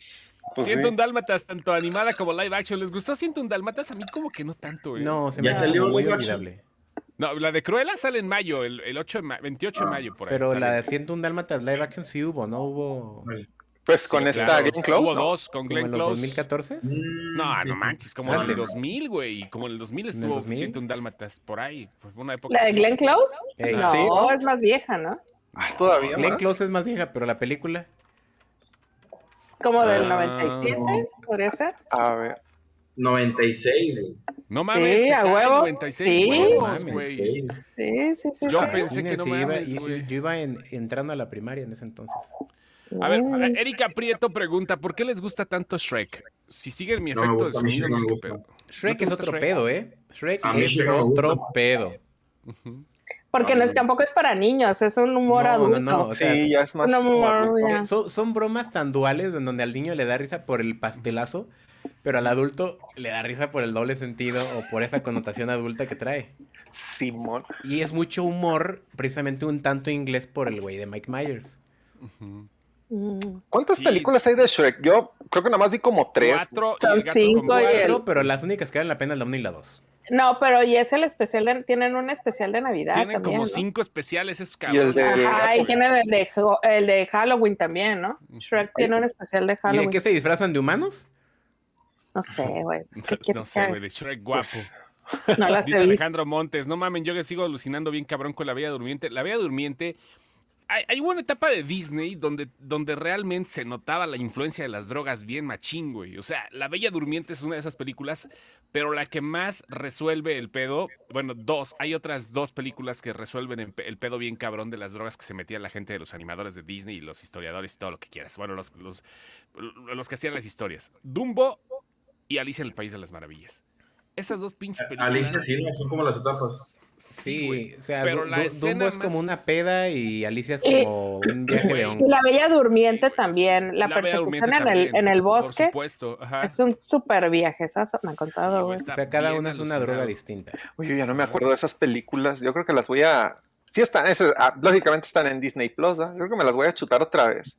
Pues Siento sí. un Dálmatas, tanto animada como live action. ¿Les gustó Siento un Dálmatas? A mí como que no tanto, eh. güey. No, se me Ya hace salió muy live action. olvidable. No, la de Cruella sale en mayo, el, el 8 de ma- 28 de mayo, por ahí. Ah, Pero sale. la de 101 Dálmatas live action sí hubo, ¿no? Hubo Pues Sí, con esta claro. Glenn Close, Hubo ¿no? dos con como Glenn en los Close. 2014. mm, No, no manches, como en el Antes. 2000, güey. y Como en el 2000 el estuvo 2000? 101 Dálmatas, por ahí. Pues una época. ¿La de Glenn Close? Ey, No, Sí, ¿no? es más vieja, ¿no? Ah, todavía. Glenn más? Close es más vieja, pero la película. Es como del Ah. 97, podría ser. A ver. 96, güey. No mames, Sí, te a cae huevo. 96 Sí. huevos, Mames. güey. 96. Sí, sí, sí. Yo sí. al pensé que cine no se iba- mames, yo- güey. Yo iba en- entrando a la primaria en ese entonces. A ver, Mm. Erika Prieto pregunta: ¿Por qué les gusta tanto Shrek? Si siguen mi No me efecto de gusta, a mí sí sonido, no no sé me qué gusta. pedo. Shrek te es gusta otro Shrek? pedo, ¿eh? Shrek A mí es Shrek me otro gusta. pedo. Ujú. Porque no- tampoco es para niños, es un humor No, no, adulto. no, o sea, sí, ya es más. un como humor, adulto. ya. Son, son bromas tan duales en donde al niño le da risa por el pastelazo, Pero al adulto le da risa por el doble sentido o por esa connotación adulta que trae. Simón. Y es mucho humor, precisamente un tanto inglés por el güey de Mike Myers. Ujú. Mm. ¿Cuántas Sí, películas hay de Shrek? Yo creo que nada más vi como tres. Cuatro y Son el gato cinco con y botas. el- Pero, pero las únicas que valen la pena es la 1 y la 2. No, pero y es el especial de, tienen un especial de Navidad Tienen Ah, también. como ¿no? cinco especiales esos Y cabrones. el de- Ajá, y Gato. tienen el de, Jo- el de Halloween también, ¿no? Shrek tiene un especial de ¿Y de Halloween. qué se disfrazan de humanos? No sé, güey. ¿Qué No quieres sé, güey, que de Shrek guapo. haga? No las Dice he visto. Alejandro Montes, no mamen, yo que sigo alucinando bien cabrón con la Bella Durmiente. La Bella Durmiente, hay, hay una etapa de Disney donde, donde realmente se notaba la influencia de las drogas bien machín, güey. O sea, La Bella Durmiente es una de esas películas, pero la que más resuelve el pedo, bueno, dos, hay otras dos películas que resuelven el, pe- el pedo bien cabrón de las drogas que se metía la gente de los animadores de Disney y los historiadores y todo lo que quieras. Bueno, los, los, los que hacían las historias. Dumbo y Alicia en el País de las Maravillas. Esas dos pinches Eh, películas. Alicia sí, ¿no? son como las etapas. güey. Sí, o sea, pero Du- la Du- escena Dumbo es como más- una peda y Alicia es Y- como un viaje Güey. de Y hongos. Eh, la Bella Durmiente Sí, güey. también, la, La Bella persecución Durmiente en el, también, en el Por bosque supuesto, ajá. es un súper viajezazo, me han Sí, contado, güey, güey. está O sea, cada bien una es una droga alucinado. distinta. Oye, ya no me acuerdo de esas películas. Yo creo que las voy a. Sí, están. esas- ah, lógicamente están en Disney Plus. ¿ah? Yo creo que me las voy a chutar otra vez.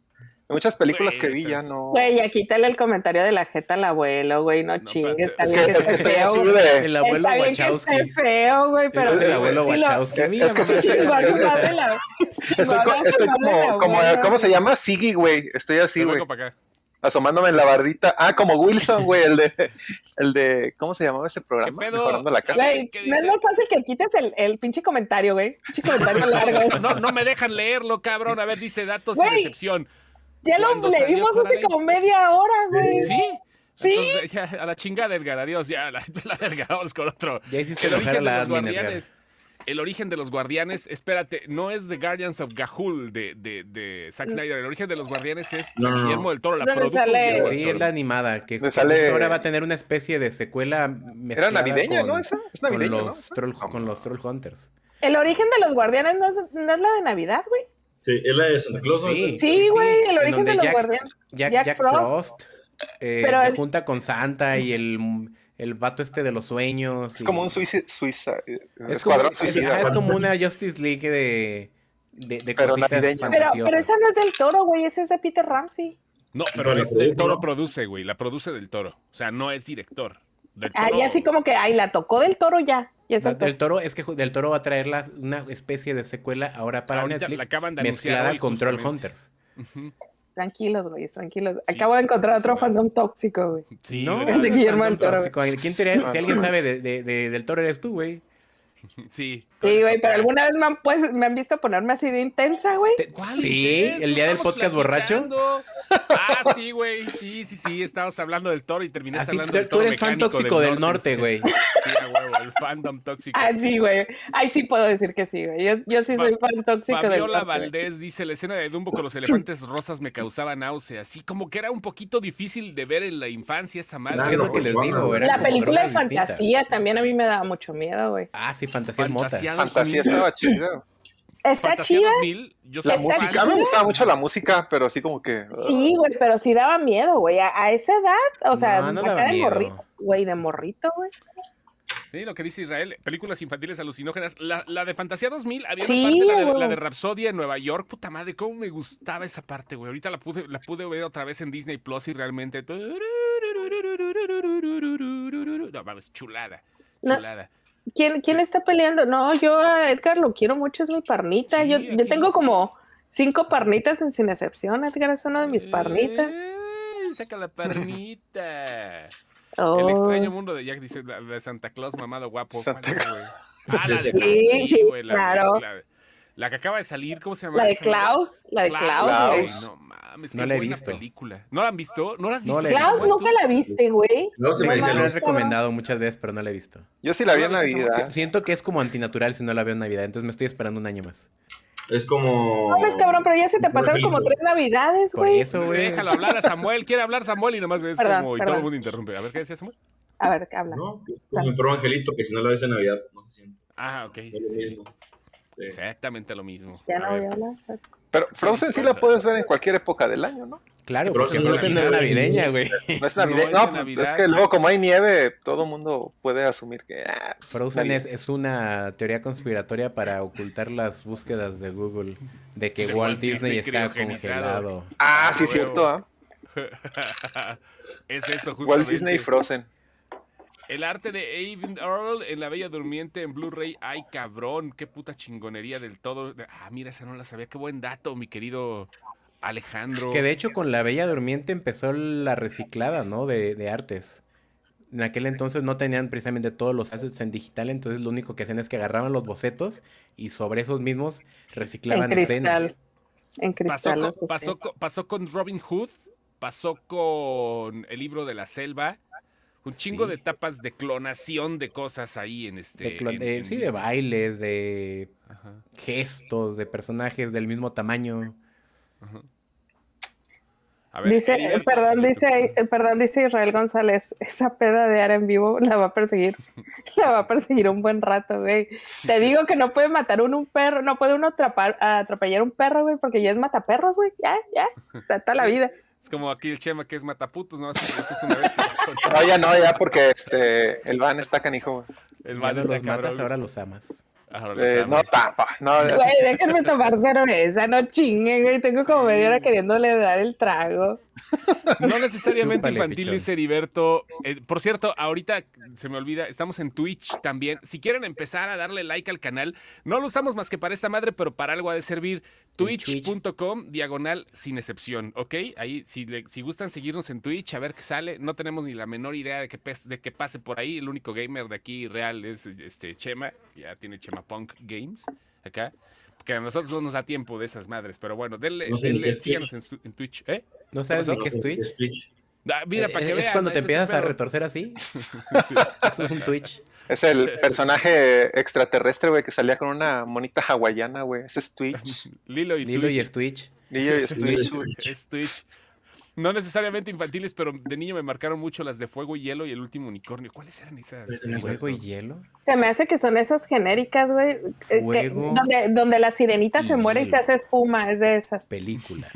Hay muchas películas Güey, que vi está- ya no. Güey, ya quítale el comentario de la jeta al abuelo, güey, no, No, chingues, espérate. está es bien que, que, es que esté estoy feo, así güey. de. El abuelo Está bien que Wachowski. esté feo, güey, pero... Es el abuelo y lo- Wachowski. Es- es que- Mira, es que- mamá, Chingón, es- chingón. chingón de la- Estoy, chingón co- de estoy la como, como. abuela, ¿Cómo güey. se llama? Siggy, güey. Estoy así, Me güey. vengo para acá. Asomándome en la bardita. Ah, como Wilson, güey. El de. El de. ¿Cómo se llamaba ese programa? pedo? Mejorando la casa. Güey, ¿Qué no es dice? más fácil que quites el, el pinche comentario, güey. Pinche comentario largo. No, no me dejan leerlo, cabrón. A ver, dice datos y Güey. decepción. Ya Cuando lo salió leímos hace Coraline. como media hora, güey. ¿Sí? Sí. Entonces, ya, a la chingada, Edgar. Adiós, ya. A la, a la verga, vamos con otro. Ya hiciste El enojar a origen de la los admin, Edgar. guardianes. El origen de los guardianes, espérate, no es The Guardians of Gahul de, de, de Zack Snyder. El origen de los guardianes es No, no, no. Guillermo del Toro, la ¿Dónde produjo sale? Guillermo del Sí, es Toro. la animada, que, Me que sale- justo ahora va a tener una especie de secuela Era mezclada navideña, con- ¿no? Esa es con navideña, ¿no? los, Esa. troll, No. con los Troll Hunters. El origen de los guardianes no es, no es la de Navidad, güey. Sí, es la de Santa Claus. ¿no? Sí. Sí, güey, en el origen donde de los Jack- guardianes. Jack, Jack Jack, Frost, eh, Pero se es- junta con Santa y el, el vato este de los sueños. Es como un suicida. suiza, suiza eh, Es como, escuadrón es- suicida. ajá, es güey. como una Justice League de, de, de Pero cositas navideña. Pero, fantasiosas. pero esa no es del toro, güey, esa es de Peter Ramsey. No, pero la es del produjo, Toro ¿no? produce, güey. La produce del Toro. O sea, no es director. Del Ah, Toro- y así como que, ay, la tocó del toro ya. Y es Va- del toro. Del toro, es que ju- Del Toro va a traer las- una especie de secuela ahora para Ahorita la Netflix acaban de anunciar mezclada hoy, con Troll justamente. Hunters. Ujú. Tranquilos, güey, tranquilos. Sí, Acabo de encontrar otro sí. fandom tóxico, güey. Sí, no, ¿verdad? El de Guillermo tanto del Toro. tóxico. ¿Quién te- si alguien sabe de, de- de- del Toro eres tú, güey. Sí, Sí, güey, pero alguna alguna vez me han, pues, me han visto ponerme así de intensa, güey. Te- ¿Cuál? Sí, ¿De eso el día del estamos podcast borracho. platicando? Ah, sí, güey. Sí, sí, sí. Estábamos hablando del toro y terminaste Así, hablando tú, del tú toro. eres fan mecánico tóxico del norte, sí. güey. Sí, a huevo, el fandom tóxico. Ah, sí, güey. Ay, sí puedo decir que sí, güey. Yo, yo sí Fa- soy fan tóxico del Fabiola norte. Valdés dice, la escena de Dumbo con los elefantes rosas me causaba náuseas. Sí, como que era un poquito difícil de ver en la infancia esa madre. Es que es lo que les digo, era La como película de droga distinta. fantasía también a mí me daba mucho miedo, güey. Ah, sí, fantasía es mota. Fantasía Fantasía 2000. estaba chida. Está Fantasía chida, 2000, yo soy La Está fan. música, a mí me gustaba mucho la música, pero así como que. ah, Sí, güey, pero sí daba miedo, güey. A, a esa edad, o sea, No, no acá daba de miedo. morrito, güey, de morrito, güey. Sí, lo que dice Israel, películas infantiles alucinógenas. La, la de Fantasía 2000, había Sí, una parte, la de, güey. la de Rapsodia en Nueva York. Puta madre, cómo me gustaba esa parte, güey. Ahorita la pude, la pude ver otra vez en Disney Plus y realmente... No, mames, chulada, No. chulada. ¿Quién, ¿Quién está peleando? No, yo a Edgar lo quiero mucho, es mi parnita. Sí, yo aquí yo tengo los- como cinco parnitas en sin excepción. Edgar es uno de mis parnitas. Eh, saca la parnita. Oh. El extraño mundo de Jack dice la de Santa Claus, mamado guapo. ¿Cuál Santa es, güey? Ah, la de- Sí, sí, güey, la- claro. La, la que acaba de salir, ¿cómo se llama? La de esa madre? Klaus, la de Klaus, Klaus. güey. güey, No mames, No qué la he buena visto. película. ¿No la han visto? ¿No la has No visto? la he Klaus visto. nunca la viste, güey. No, se Sí, me me dice la no. han recomendado muchas veces, pero no la he visto. Yo sí la vi en ¿Alguna vez hicimos- Navidad. Si- Siento que es como antinatural si no la veo en Navidad, entonces me estoy esperando un año más. Es como. No mames, cabrón, pero ya se te Una pasaron como película. tres navidades, Por güey. eso, güey. Déjalo hablar a Samuel. Quiere hablar Samuel y nomás es Perdón, como... Y todo perdón. el mundo interrumpe. A ver, ¿qué decía Samuel? A ver, habla. No, que es como mi perro angelito, que si no la ves en Navidad, no se siente. Ah, ok. No es lo sí. mismo. Exactamente lo mismo. Ya A no ver, voy a hablar. Pero Frozen sí la puedes ver en cualquier época del año, ¿no? Claro, Pero porque sí, Frozen sí, es sí. navideña, güey. No es No navideño. es No, de pues, Navidad. es que luego como hay nieve, todo mundo puede asumir que... ah, pues, Frozen Navidad. es, es una teoría conspiratoria para ocultar las búsquedas de Google de que De Walt Walt Disney Disney, está criogenizado. congelado. Ah, Ah, sí, huevo. cierto. ¿ah? es eso, justamente. Walt Disney y Frozen. El arte de Avon Earl en La Bella Durmiente en Blu-ray. Ay, cabrón, qué puta chingonería del todo. Ah, mira, esa no la sabía. Qué buen dato, mi querido Alejandro. Que de hecho con La Bella Durmiente empezó la reciclada, ¿no? De, de artes. En aquel entonces no tenían precisamente todos los assets en digital, entonces lo único que hacían es que agarraban los bocetos y sobre esos mismos reciclaban En cristal. escenas. En pasó, cristal. con, los que pasó sí. co- pasó con Robin Hood, pasó con El libro de la selva. Un chingo Sí. de etapas de clonación de cosas ahí en este. De clon- en- de- en- sí, de bailes, de Ajá, gestos, de personajes del mismo tamaño. ajá. A ver, dice, Heriberto, perdón, Heriberto. dice, eh, perdón, dice Israel González, esa peda de Ara en vivo la va a perseguir, la va a perseguir un buen rato, güey. Te digo que no puede matar uno un perro, no puede uno atrapar, atropellar un perro, güey, porque ya es mataperros, güey, ya, ya, está toda la vida. Es como aquí el Chema que es mataputos, ¿no? Se lo puso una vez y ya con- No, ya no, ya porque este, el van está canijo. El Ya man no está los matas, cabrón. ahora los amas. Ahora los Eh, no amas. tapa. No, Güey, déjenme tomar cerveza, no chinguen, güey, tengo como media hora queriéndole dar el trago. No necesariamente Chúpale, infantil, pichón. dice Heriberto. Eh, por cierto, ahorita se me olvida, estamos en Twitch también. Si quieren empezar a darle like al canal, no lo usamos más que para esta madre, pero para algo ha de servir. Twitch. Twitch.com diagonal sin excepción, ¿ok? Ahí, si, le- si gustan seguirnos en Twitch, a ver qué sale. No tenemos ni la menor idea de que, pes- de que pase por ahí. El único gamer de aquí real es este Chema. Ya tiene Chema Punk Games acá. Que a nosotros no nos da tiempo de esas madres, pero bueno, denle, No sé ni denle- qué es Twitch. síganos en, su- en Twitch, ¿eh? ¿No sabes pasó? ni qué es Twitch? Ah, mira, para que Eh, es, es vean, cuando te ese es el empiezas a pedo. retorcer así. Eso es un Twitch. Es el personaje extraterrestre, güey, que salía con una monita hawaiana, güey. Ese es Twitch. Lilo y Lilo Twitch. y es Twitch. Lillo y es Twitch, güey. Twitch. Es Twitch. No necesariamente infantiles, pero de niño me marcaron mucho las de Fuego y Hielo y El Último Unicornio. ¿Cuáles eran esas? Pues, en Fuego y hielo. Se me hace que son esas genéricas, güey, eh, que- Fuego. donde, donde la sirenita se muere y se Hielo. hace espuma, es de esas. Película.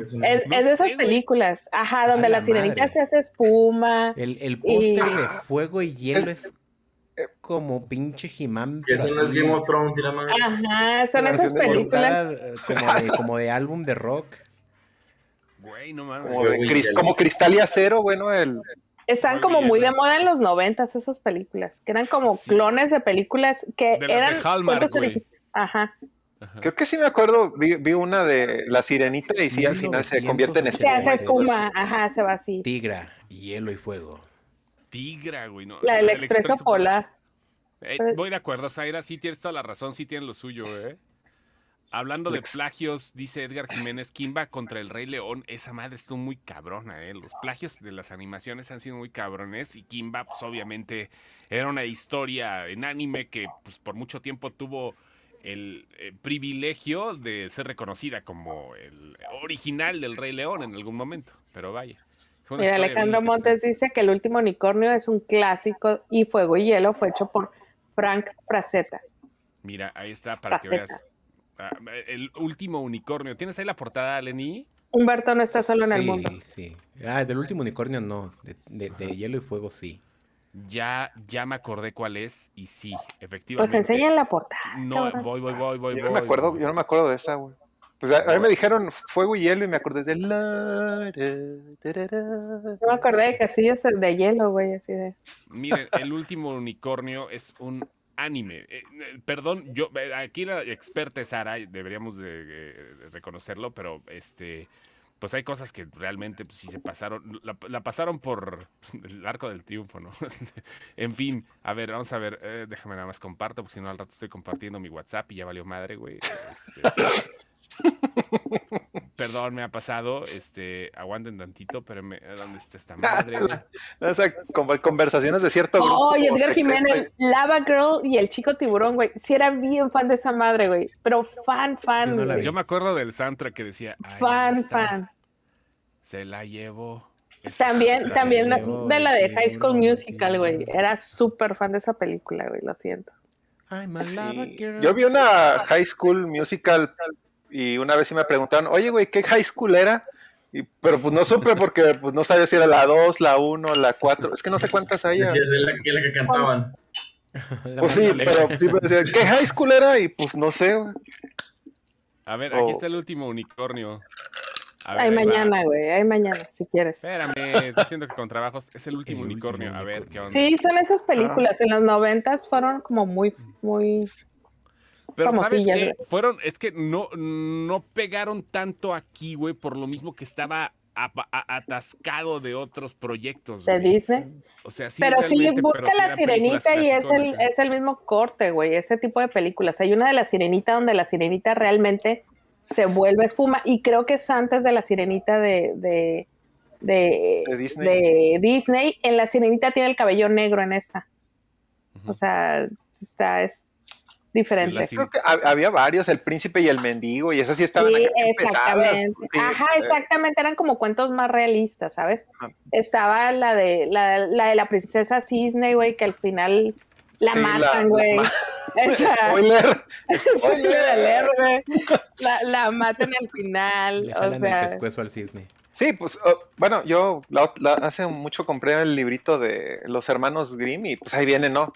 Es, No es de esas sé, güey. películas, ajá, donde A la, la sirenita madre. se hace espuma. El, el póster Y- de fuego y hielo es como pinche Jimán. Que eso no es Game of Thrones y la Ah, madre. Ajá, son La esas versión de películas. eh, como, de, como de álbum de rock. Güey, no mames. Como, de cris- como cristal y acero, güey, ¿no? El, Están Muy como bien, muy de güey. moda en los noventas esas películas, que eran como Sí. clones de películas De que las de Eh, eran Hallmark, cuentos güey. origi- Ajá. Ajá. creo que sí me acuerdo, vi, vi una de la sirenita y sí, al final se convierte en 1900. Se hace espuma. espuma, ajá, se va así. Tigra, hielo y fuego. Tigra, güey. No, La del El expreso polar. Eh, voy de acuerdo, Zaira. Sí tienes toda la razón. Sí tienen lo suyo, ¿eh? Hablando de plagios, dice Edgar Jiménez Kimba contra el Rey León. Esa madre estuvo muy cabrona, ¿eh? Los plagios de las animaciones han sido muy cabrones y Kimba, pues obviamente, era una historia en anime que pues, por mucho tiempo tuvo el eh, privilegio de ser reconocida como el original del Rey León en algún momento. Pero vaya. fue una historia Mira, bien Alejandro Montes interesante. dice que El último unicornio es un clásico y Fuego y Hielo fue hecho por Frank Frazetta. Mira, ahí está para que Faceta. veas. Ah, El último unicornio. ¿Tienes ahí la portada, Lenny? Humberto no está solo en el mundo. Sí, sí. Ah, del último unicornio no. De, de- de hielo y fuego sí. Ya, ya me acordé cuál es y sí, efectivamente. Pues enseñan la portada. No, cabrón. voy, voy, voy, voy. Yo no me voy, acuerdo, voy. yo no me acuerdo de esa, güey. Pues a, a mí me dijeron fuego y hielo y me acordé de la... No me acordé de Casillos de hielo, güey, así de. Miren, el último unicornio es un anime. Eh, eh, perdón, yo eh, aquí la experta es Sara, y deberíamos de, eh, de reconocerlo, pero este, pues hay cosas que realmente pues, sí se pasaron, la, la pasaron por el arco del triunfo, ¿no? en fin, a ver, vamos a ver, eh, déjame nada más comparto, porque si no al rato estoy compartiendo mi WhatsApp y ya valió madre, güey. Este, Perdón, me ha pasado. Este, aguanten tantito, pero me, ¿dónde está esta madre? güey? O sea, como conversaciones de cierto grupo. Oh, y Edgar secreto. Jiménez, Lava Girl y el chico tiburón, güey. Sí era bien fan de esa madre, güey. Pero fan, fan, Yo no la güey. vi. Yo me acuerdo del Santra que decía, "Ay, ahí fan, está, fan. Se la llevo. Esa También, cosa también me la llevo". llevo, de la de el High School tiburón, el Musical, güey. tiburón. Era súper fan de esa película, güey, lo siento. I'm a lava Sí. girl. Yo vi una high school musical y una vez sí me preguntaron, oye, güey, ¿qué high school era? Y, pero pues no supe porque pues, no sabía si era la 2, la 1, la 4. Es que no sé cuántas hay. Decías, es la, es la que cantaban. La Pues sí, bandolera. pero sí me decían, ¿qué high school era? Y pues no sé. güey. A ver, aquí Oh. está el último unicornio. A ver, Hay ahí va. mañana, güey. Hay mañana, si quieres. Espérame, estoy haciendo que con trabajos es el último El último unicornio. A ver, unicornio. ¿qué onda? Sí, son esas películas. En los noventas fueron como muy, muy. Pero Vamos, sabes sí, ya qué? fueron, es que no, no pegaron tanto aquí, güey, por lo mismo que estaba apa- a- atascado de otros proyectos. de güey. Disney. O sea, sí, pero sí, realmente, busca pero sí la eran películas sirenita y es el, clasiconas, es el mismo corte, güey. Ese tipo de películas. Hay una de la sirenita donde la sirenita realmente se vuelve espuma. Y creo que es antes de la sirenita de. de de, De Disney. de Disney. en la sirenita tiene el cabello negro en esta, Ujú. o sea, está es diferente. Sí, Creo que ha- había varios, el príncipe y el mendigo, y esas sí estaban Sí, acá bien pesadas. exactamente. Sí, Ajá, eh, exactamente, eran como cuentos más realistas, ¿sabes? Ajá. Estaba la de la, la de la princesa cisne, güey, que al final la Sí, la- matan, la güey. ma- Esa- Spoiler. esa es horrible de spoiler. leer, güey. La, la matan al final, Le o jalan el sea, pescuezo al cisne. Sí, pues oh, bueno, yo la ot- la- hace mucho compré el librito de los hermanos Grimm y pues ahí viene, ¿no?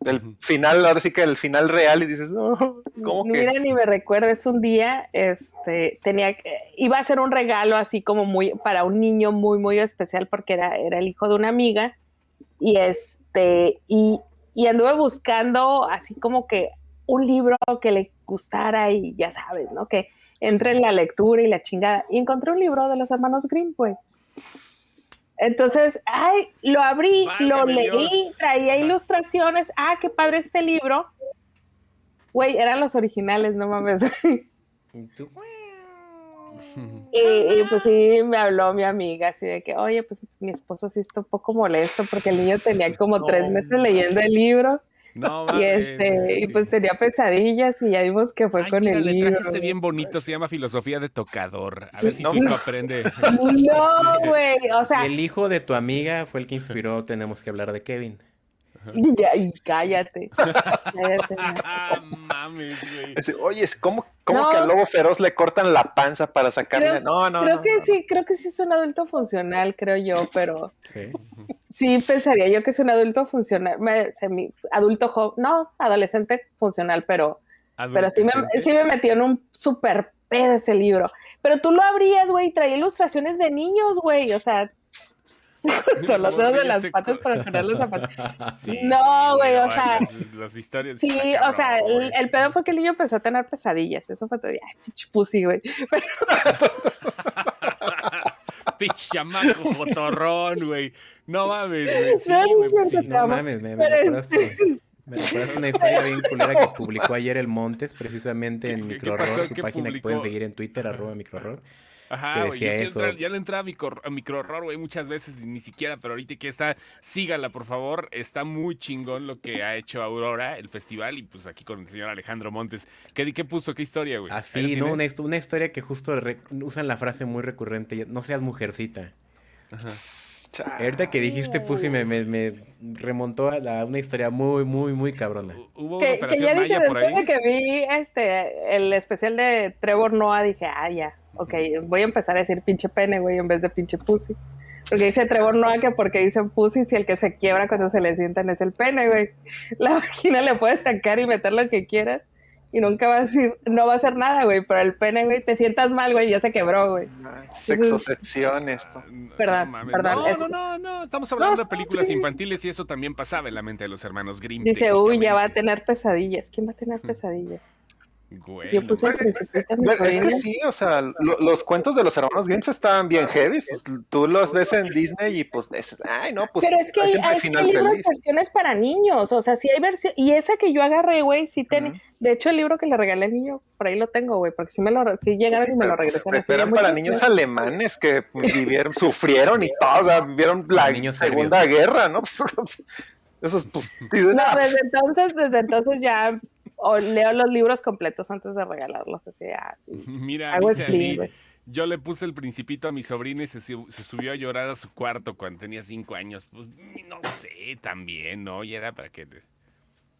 Ujú. El final, ahora sí que el final real y dices, no, ¿cómo que? mira ni me recuerdes un día, este, tenía que- iba a ser un regalo así como muy para un niño muy muy especial porque era era el hijo de una amiga y este y, y anduve buscando así como que un libro que le gustara y ya sabes, ¿no? Que entre en la lectura y la chingada. Y encontré un libro de los hermanos Grimm, güey. Entonces, ay, lo abrí, lo Válgame leí, Dios. traía Ajá. ilustraciones. Ah, qué padre este libro. Güey, eran los originales, no mames. Y tú, güey. Y, y, pues sí, me habló mi amiga así de que, oye, pues mi esposo sí está un poco molesto porque el niño tenía como No tres meses mames. leyendo el libro. No, Y mames, este, y sí. pues tenía pesadillas y ya vimos que fue Ay, con mira, el le libro. traje este bien bonito, se llama Filosofía de Tocador. A Sí, ver si no, tu hijo no. aprende. No, güey, o sea, el hijo de tu amiga fue el que inspiró Tenemos que hablar de Kevin. ya, y cállate. cállate, ya. ah, mames, güey. Dice, Oye, es- ¿cómo, cómo No. que al lobo feroz le cortan la panza para sacarle? Creo- no, no, creo no, que no, no. sí, creo que sí es un adulto funcional, creo yo, pero Sí. sí pensaría yo que es un adulto funcional, me- semi- adulto joven, no, adolescente funcional, pero Pero sí me, Adolescente. sí me metió en un super pedo ese libro. Pero tú lo abrías, güey, y traía ilustraciones de niños, güey. O sea, con los dedos de Oye, las ese patas co- para poner los zapatos. Sí, No, güey, o sea, las- las historias. Sí, está o sea, cabrón, el, güey. el pedo fue que el niño empezó a tener pesadillas. Eso fue todo. Ay, pinche pussy, güey. Pinche chamaco jotorrón, güey. No mames, güey. Sí, No, no güey, pues es cierto, sí. te No amo. mames, me, me Pero recordaste. Me recordaste una historia bien culera que publicó ayer el Montes, precisamente en ¿Qué- qué Microhorror, pasó? su ¿Qué página que publicó? Ah, pueden seguir en Twitter, arroba microhorror. que Ajá, güey. Yo decía quiero eso. entrar- ya le entraba a micro, a micro horror, güey, muchas veces, ni siquiera, pero ahorita que está, sígala, por favor. Está muy chingón lo que ha hecho Aurora, el festival, y pues aquí con el señor Alejandro Montes. ¿Qué, qué puso? ¿Qué historia, güey? pues, Ahí Así, lo Ah, ¿no? Una, tienes. histo- una historia que justo re- usan la frase muy recurrente, no seas mujercita. Ajá. Er- Cha- Ahorita que dijiste Pussy me, me, me remontó a la- una historia muy, muy, muy cabrona. Hu- Hubo una Que, que ya operación dije, maya por después de ahí. que vi este, el especial de Trevor Noah, dije, ah, ya, ok, voy a empezar a decir pinche pene, güey, en vez de pinche pussy. Porque dice Trevor Noah que porque dicen pussy, si el que se quiebra cuando se le sientan es el pene, güey. La vagina le puedes sacar y meter lo que quieras y nunca va a decir, no va a hacer nada, güey, pero el pene, güey, te sientas mal, güey, ya se quebró, güey. Ay, Sexocepción esto. No, Perdón, no mames, perdón, No, es- no, no, no, estamos hablando No, de películas sí. infantiles y eso también pasaba en la mente de los hermanos Grimm. Dice, uy, ya va a técnicamente. tener pesadillas. ¿Quién va a tener pesadillas? Güey, Yo no puse el mames. principito a mi Bueno, es que sobrina. sí, o sea, lo- los cuentos de los hermanos Grimm estaban bien heavy. pues, tú los ves en Disney y pues dices, ay, no, pues. Pero es que hay, siempre hay- hay libros feliz". versiones para niños, o sea, sí hay versiones, y esa que yo agarré, güey, sí tiene, Ujú. de hecho el libro que le regalé al niño, por ahí lo tengo, güey, porque sí me lo, re- sí llegaron Sí, y me lo pero- regresaron. pero así de eran muchos para niños años. alemanes que vivieron, sufrieron y todo, o sea, vieron la niños Segunda Guerra, ¿no? Eso es pues, dices, No, "Ah, pues, desde entonces, desde entonces ya o leo los libros completos antes de regalarlos, así, ah, sí. Mira, Hago el dice clean, Ali, güey. yo le puse el principito a mi sobrina y se, su- se subió a llorar a su cuarto cuando tenía cinco años. Pues no sé, también, ¿no? Y era para que...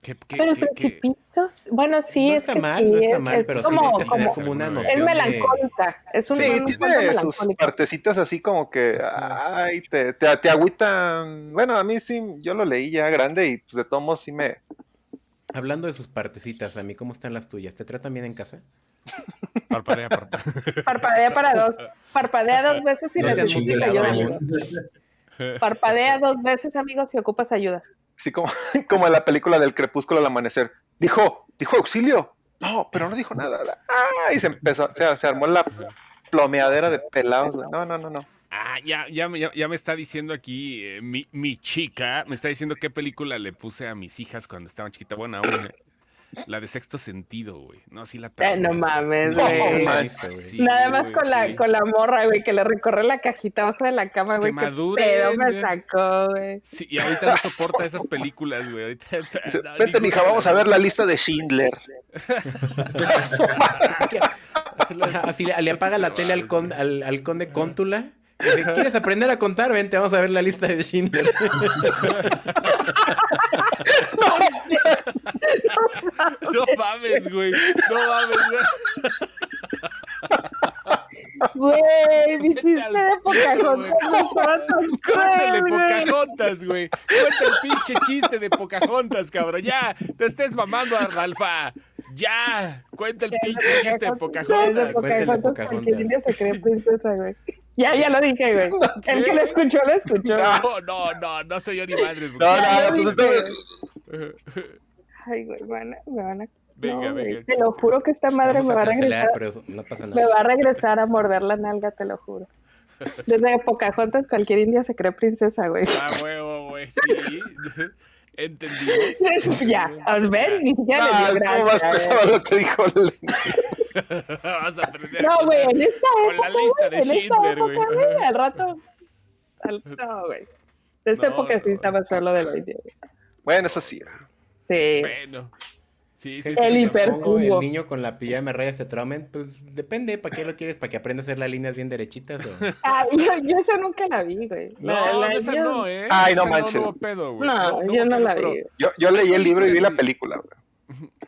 ¿Qué- qué- Pero el qué- qué- Principito, bueno, sí, no es está que mal, sí, no está es- mal, es pero como, sí tienes que tener como- como una es noción es de- melancólica, es un Sí, una cosa tiene sus melancólica. partecitas así como que, ay, te, te, te agüitan. Bueno, a mí sí, yo lo leí ya grande y pues, de todos modos sí me... Hablando de sus partecitas, a mí, ¿cómo están las tuyas? ¿Te tratan bien en casa? Parpadea, parpadea. Parpadea para dos, parpadea dos veces y No te han necesitas mutilado ayuda. aún. Parpadea dos veces, amigos, si ocupas ayuda. Así como, como en la película del crepúsculo al amanecer. Dijo, dijo auxilio. No, pero no dijo nada. Ah, y se empezó, se, se armó la plomeadera de pelados. güey. No, no, no, no. Ah, ya, ya, me- ya, ya me está diciendo aquí eh, mi, mi chica, me está diciendo qué película le puse a mis hijas cuando estaban chiquitas. Bueno, aún, eh, la de sexto sentido, güey. No, sí la Eh, traumé, no güey. mames, No, güey. man. Sí, Nada más güey, con la, sí. con la morra, güey, que le recorre la cajita abajo de la cama, Es que güey. Que maduren, pedo me güey. sacó, güey. Sí, y ahorita no soporta esas películas, güey. Ahorita, Dice, no, Vete, ninguna mija, de vamos a las- ver la lista de Schindler. Así le, le apaga la tele al, con- al, al conde Cóntula. y le dice, ¿Quieres aprender a contar? Vente, vamos a ver la lista de Schindler. No mames, güey. No mames, güey. Güey, mi chiste al de Pocahontas me estaba tan El de cruel, güey. Pocahontas, güey. Cuenta el pinche chiste de Pocahontas, cabrón. Ya, te estés mamando a Ralfa. Ya, cuenta el pinche chiste de Desde Pocahontas. Cuéntale de Pocahontas, porque Pocahontas. Lilia se cree princesa, güey. Ya, ya lo dije, güey. El que lo escuchó, lo escuchó. No, no, no, no soy yo ni madres. güey. No, no, no, pues dije. entonces, Ay, güey, me van a- me van a... Venga, no, güey. venga. Te lo juro que esta madre Vamos me a va a cancelar, regresar. pero eso no pasa Me nada. va a regresar a morder la nalga, te lo juro. Desde Pocahontas cualquier india se cree princesa, güey. Ah, huevo, güey, sí. Entendimos. ya, ¿os ven? Ni siquiera les ah, dio estuvo más gracia, pesado güey. lo que dijo el- Vas a aprender. No, güey, en esta Con la época, güey, lista de en esta Schindler, güey. época, güey, al rato... al- no, güey. De esta No, época sí no. está más feo lo de la india, güey. Bueno, eso sí. Sí. Bueno. Sí, sí, sí. El sí, hiper- Pongo el Verdugo. niño con la pijama raya se traumen. Pues depende, ¿para qué lo quieres? ¿Para que aprenda a hacer las líneas bien derechitas? o? Ah, yo, yo esa nunca la vi, güey. No, La- la- esa yo- no, ¿eh? Ay, no Esa manches. No, hubo pedo, güey. No, hubo yo no pedo, la pero- vi. Yo, yo leí el libro y vi la película. güey.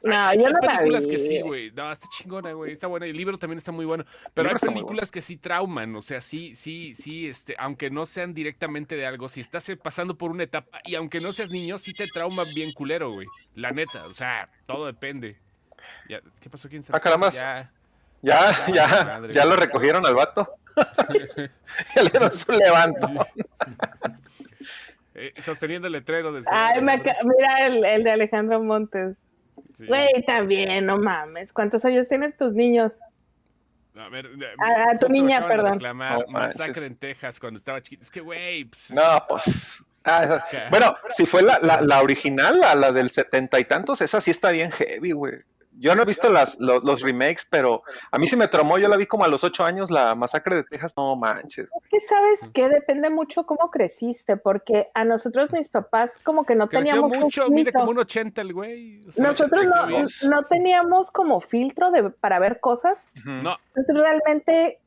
No, yo hay no la vi. películas que sí, güey. No, está chingona, güey. Está buena. Y el libro también está muy bueno. Pero libro hay está muy bueno. películas que sí trauman. O sea, sí, sí, sí, este, aunque no sean directamente de algo, si estás eh, pasando por una etapa y aunque no seas niño, sí te trauman bien culero, güey. La neta, o sea, todo depende. Ya, ¿Qué pasó? ¿Quién se Ah, carambas. Ya. Ya, Ay, ya, madre, ya lo güey. recogieron al vato. ya le dieron su levanto. Eh, sosteniendo el letrero de su- Ay, me ca- mira el, el de Alejandro Montes. Sí. Güey, también, no mames. ¿Cuántos años tienen tus niños? A ver, A- a tu justo me niña, acaban de perdón. reclamar No manches. masacre en Texas cuando estaba chiquito. Es que, güey, pues, No, pues. ah, esa- Ok. Bueno, si fue la, la- la original, la, la del setenta y tantos, esa sí está bien heavy, güey. Yo no he visto las, lo- los remakes, pero a mí sí me tromó. Yo la vi como a los ocho años, la masacre de Texas. No manches. Es que sabes que depende mucho cómo creciste, porque a nosotros mis papás como que no creció teníamos mucho. un Mide filtro. como un 80 el güey. O sea, Nosotros creció no, bien. no teníamos como filtro de, para ver cosas. No, No, Entonces realmente,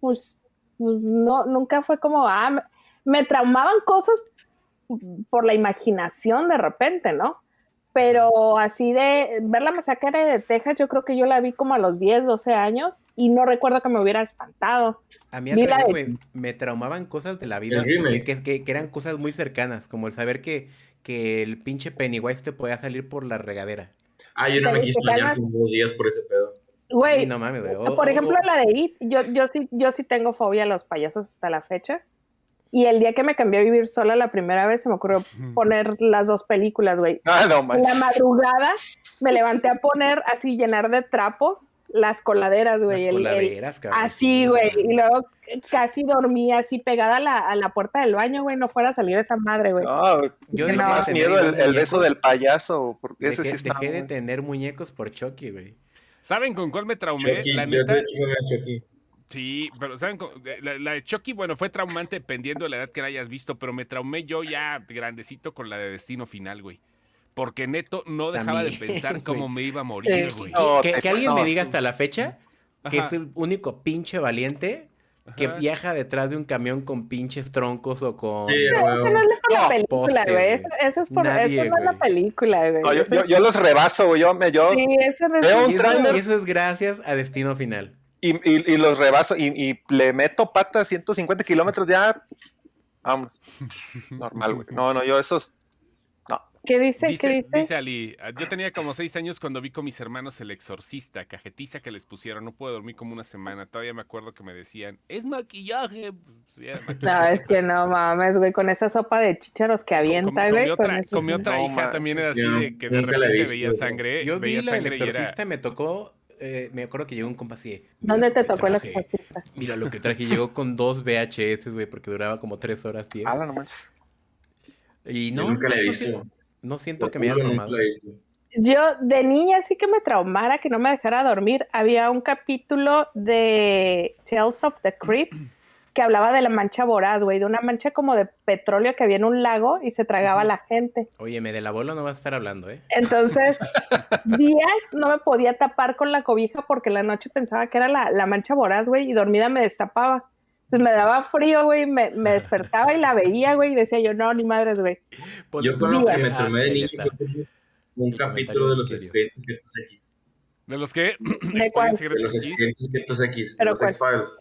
pues, pues no, nunca fue como, ah, me, me traumaban cosas por la imaginación de repente, ¿no? Pero así de ver la masacre de Texas, yo creo que yo la vi como a los 10, 12 años y no recuerdo que me hubiera espantado. A mí al Mira, revés, eh. güey, me traumaban cosas de la vida El que, remake. que- que- que eran cosas muy cercanas, como el saber que, que el pinche Pennywise te podía salir por la regadera. Ah, yo no me Pero quise te bañar calmas. como dos días por ese pedo. Sí, Güey, no mames, güey. O- por o- ejemplo, o- la de It, yo, yo, sí, yo sí tengo fobia a los payasos hasta la fecha. Y el día que me cambié a vivir sola la primera vez, se me ocurrió poner las dos películas, güey. ah, En no la manches. madrugada me levanté a poner así, llenar de trapos las coladeras, las güey. el- el- coladeras, cabrón, así, sí, güey. no Y mames. luego casi dormía así pegada a la, a la puerta del baño, güey. No fuera a salir esa madre, güey. No, Yo No. dejé de más tener miedo el, el muñecos- beso del payaso, porque ese dejé- sí está. dejé de muy- tener muñecos por Chucky, güey. ¿Saben con cuál me traumé? Chucky, la yo neta, de chico era Chucky. sí, pero ¿saben? con- eh, La, la de Chucky, bueno, fue traumante dependiendo de la edad que la hayas visto, pero me traumé yo ya grandecito con la de Destino Final, güey. Porque neto no dejaba de También, pensar güey. cómo me iba a morir, Sí. güey. No, que te- que alguien me no, diga tú- hasta la fecha que Ajá. es el único pinche valiente que Ajá. viaja detrás de un camión con pinches troncos o con... Sí, No, eso no es por la No, película, poste, güey. güey. Eso, eso es por, Nadie, eso no es la güey. película, güey. No, yo, Eso- yo- yo los rebaso, güey. Yo me, yo, sí, eso no es Veo Y un eso- tráiler. y eso es gracias a Destino Final. y, y- y los rebaso y, y le meto pata a 150 kilómetros. Ya, vamos. Normal, güey. No, no, yo esos. ¿Qué dice? Dice, ¿Qué dice? dice Ali, "Ah, yo tenía como seis años cuando vi con mis hermanos El Exorcista, cajetiza que les pusieron, no pude dormir como una semana, todavía me acuerdo que me decían, es maquillaje. Pues, sí, era No, maquillaje. es que no mames, güey, con esa sopa de chícharos que Com- avienta, com- güey. comió con otra, eso- comió otra No hija, también era así, manches, de que de nunca la he repente visto, veía eso. sangre, Yo vi veía la del sangre y era... exorcista y me tocó, eh, me acuerdo que llegó un compa así. de, "Mira ¿Dónde lo te que tocó el traje, exorcista? Mira lo que traje, llegó con dos VHS, güey, porque duraba como tres horas, tío. Ala, no manches. Y Yo no, nunca la he no visto. sé- No siento Te que me haya juro, nunca formado. la he visto. Yo de niña sí que me traumara que no me dejara dormir. Había un capítulo de Tales of the Crypt que hablaba de la mancha voraz, güey, de una mancha como de petróleo que había en un lago y se tragaba a la gente. Óyeme, del abuelo no vas a estar hablando, ¿eh? Entonces, días no me podía tapar con la cobija porque la noche pensaba que era la, la mancha voraz, güey, y dormida me destapaba. Entonces me daba frío, güey, me, me despertaba y la veía, güey, y decía yo, no, ni madres, güey. Yo con lo que me Ah, tomé de ahí niño está. fue como un Tu capítulo de los comentario expedientes secretos X. ¿De los que? ¿De cuál? De los X. expedientes secretos X, de ¿Pero los cuál? X-Files.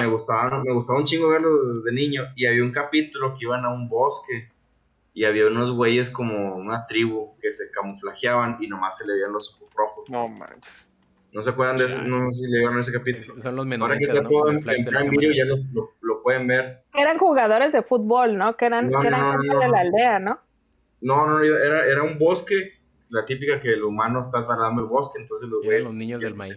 Me gustaba, me gustaba un chingo verlo de niño. Y había un capítulo que iban a un bosque y había unos güeyes como una tribu que se camuflajeaban y nomás se le veían los ojos rojos. No manches. ¿No se acuerdan de eso? Chale. No sé si le vieron ese Es- capítulo. Son los menores. Ahora que está todo en, en Prime Video ya lo, lo- lo pueden ver. Que eran jugadores de fútbol, ¿no? Que eran, No, que eran no, no, gente no. de la aldea, ¿no? No, no, era, era un bosque, la típica que el humano está talando el bosque, entonces los güeyes los niños del maíz.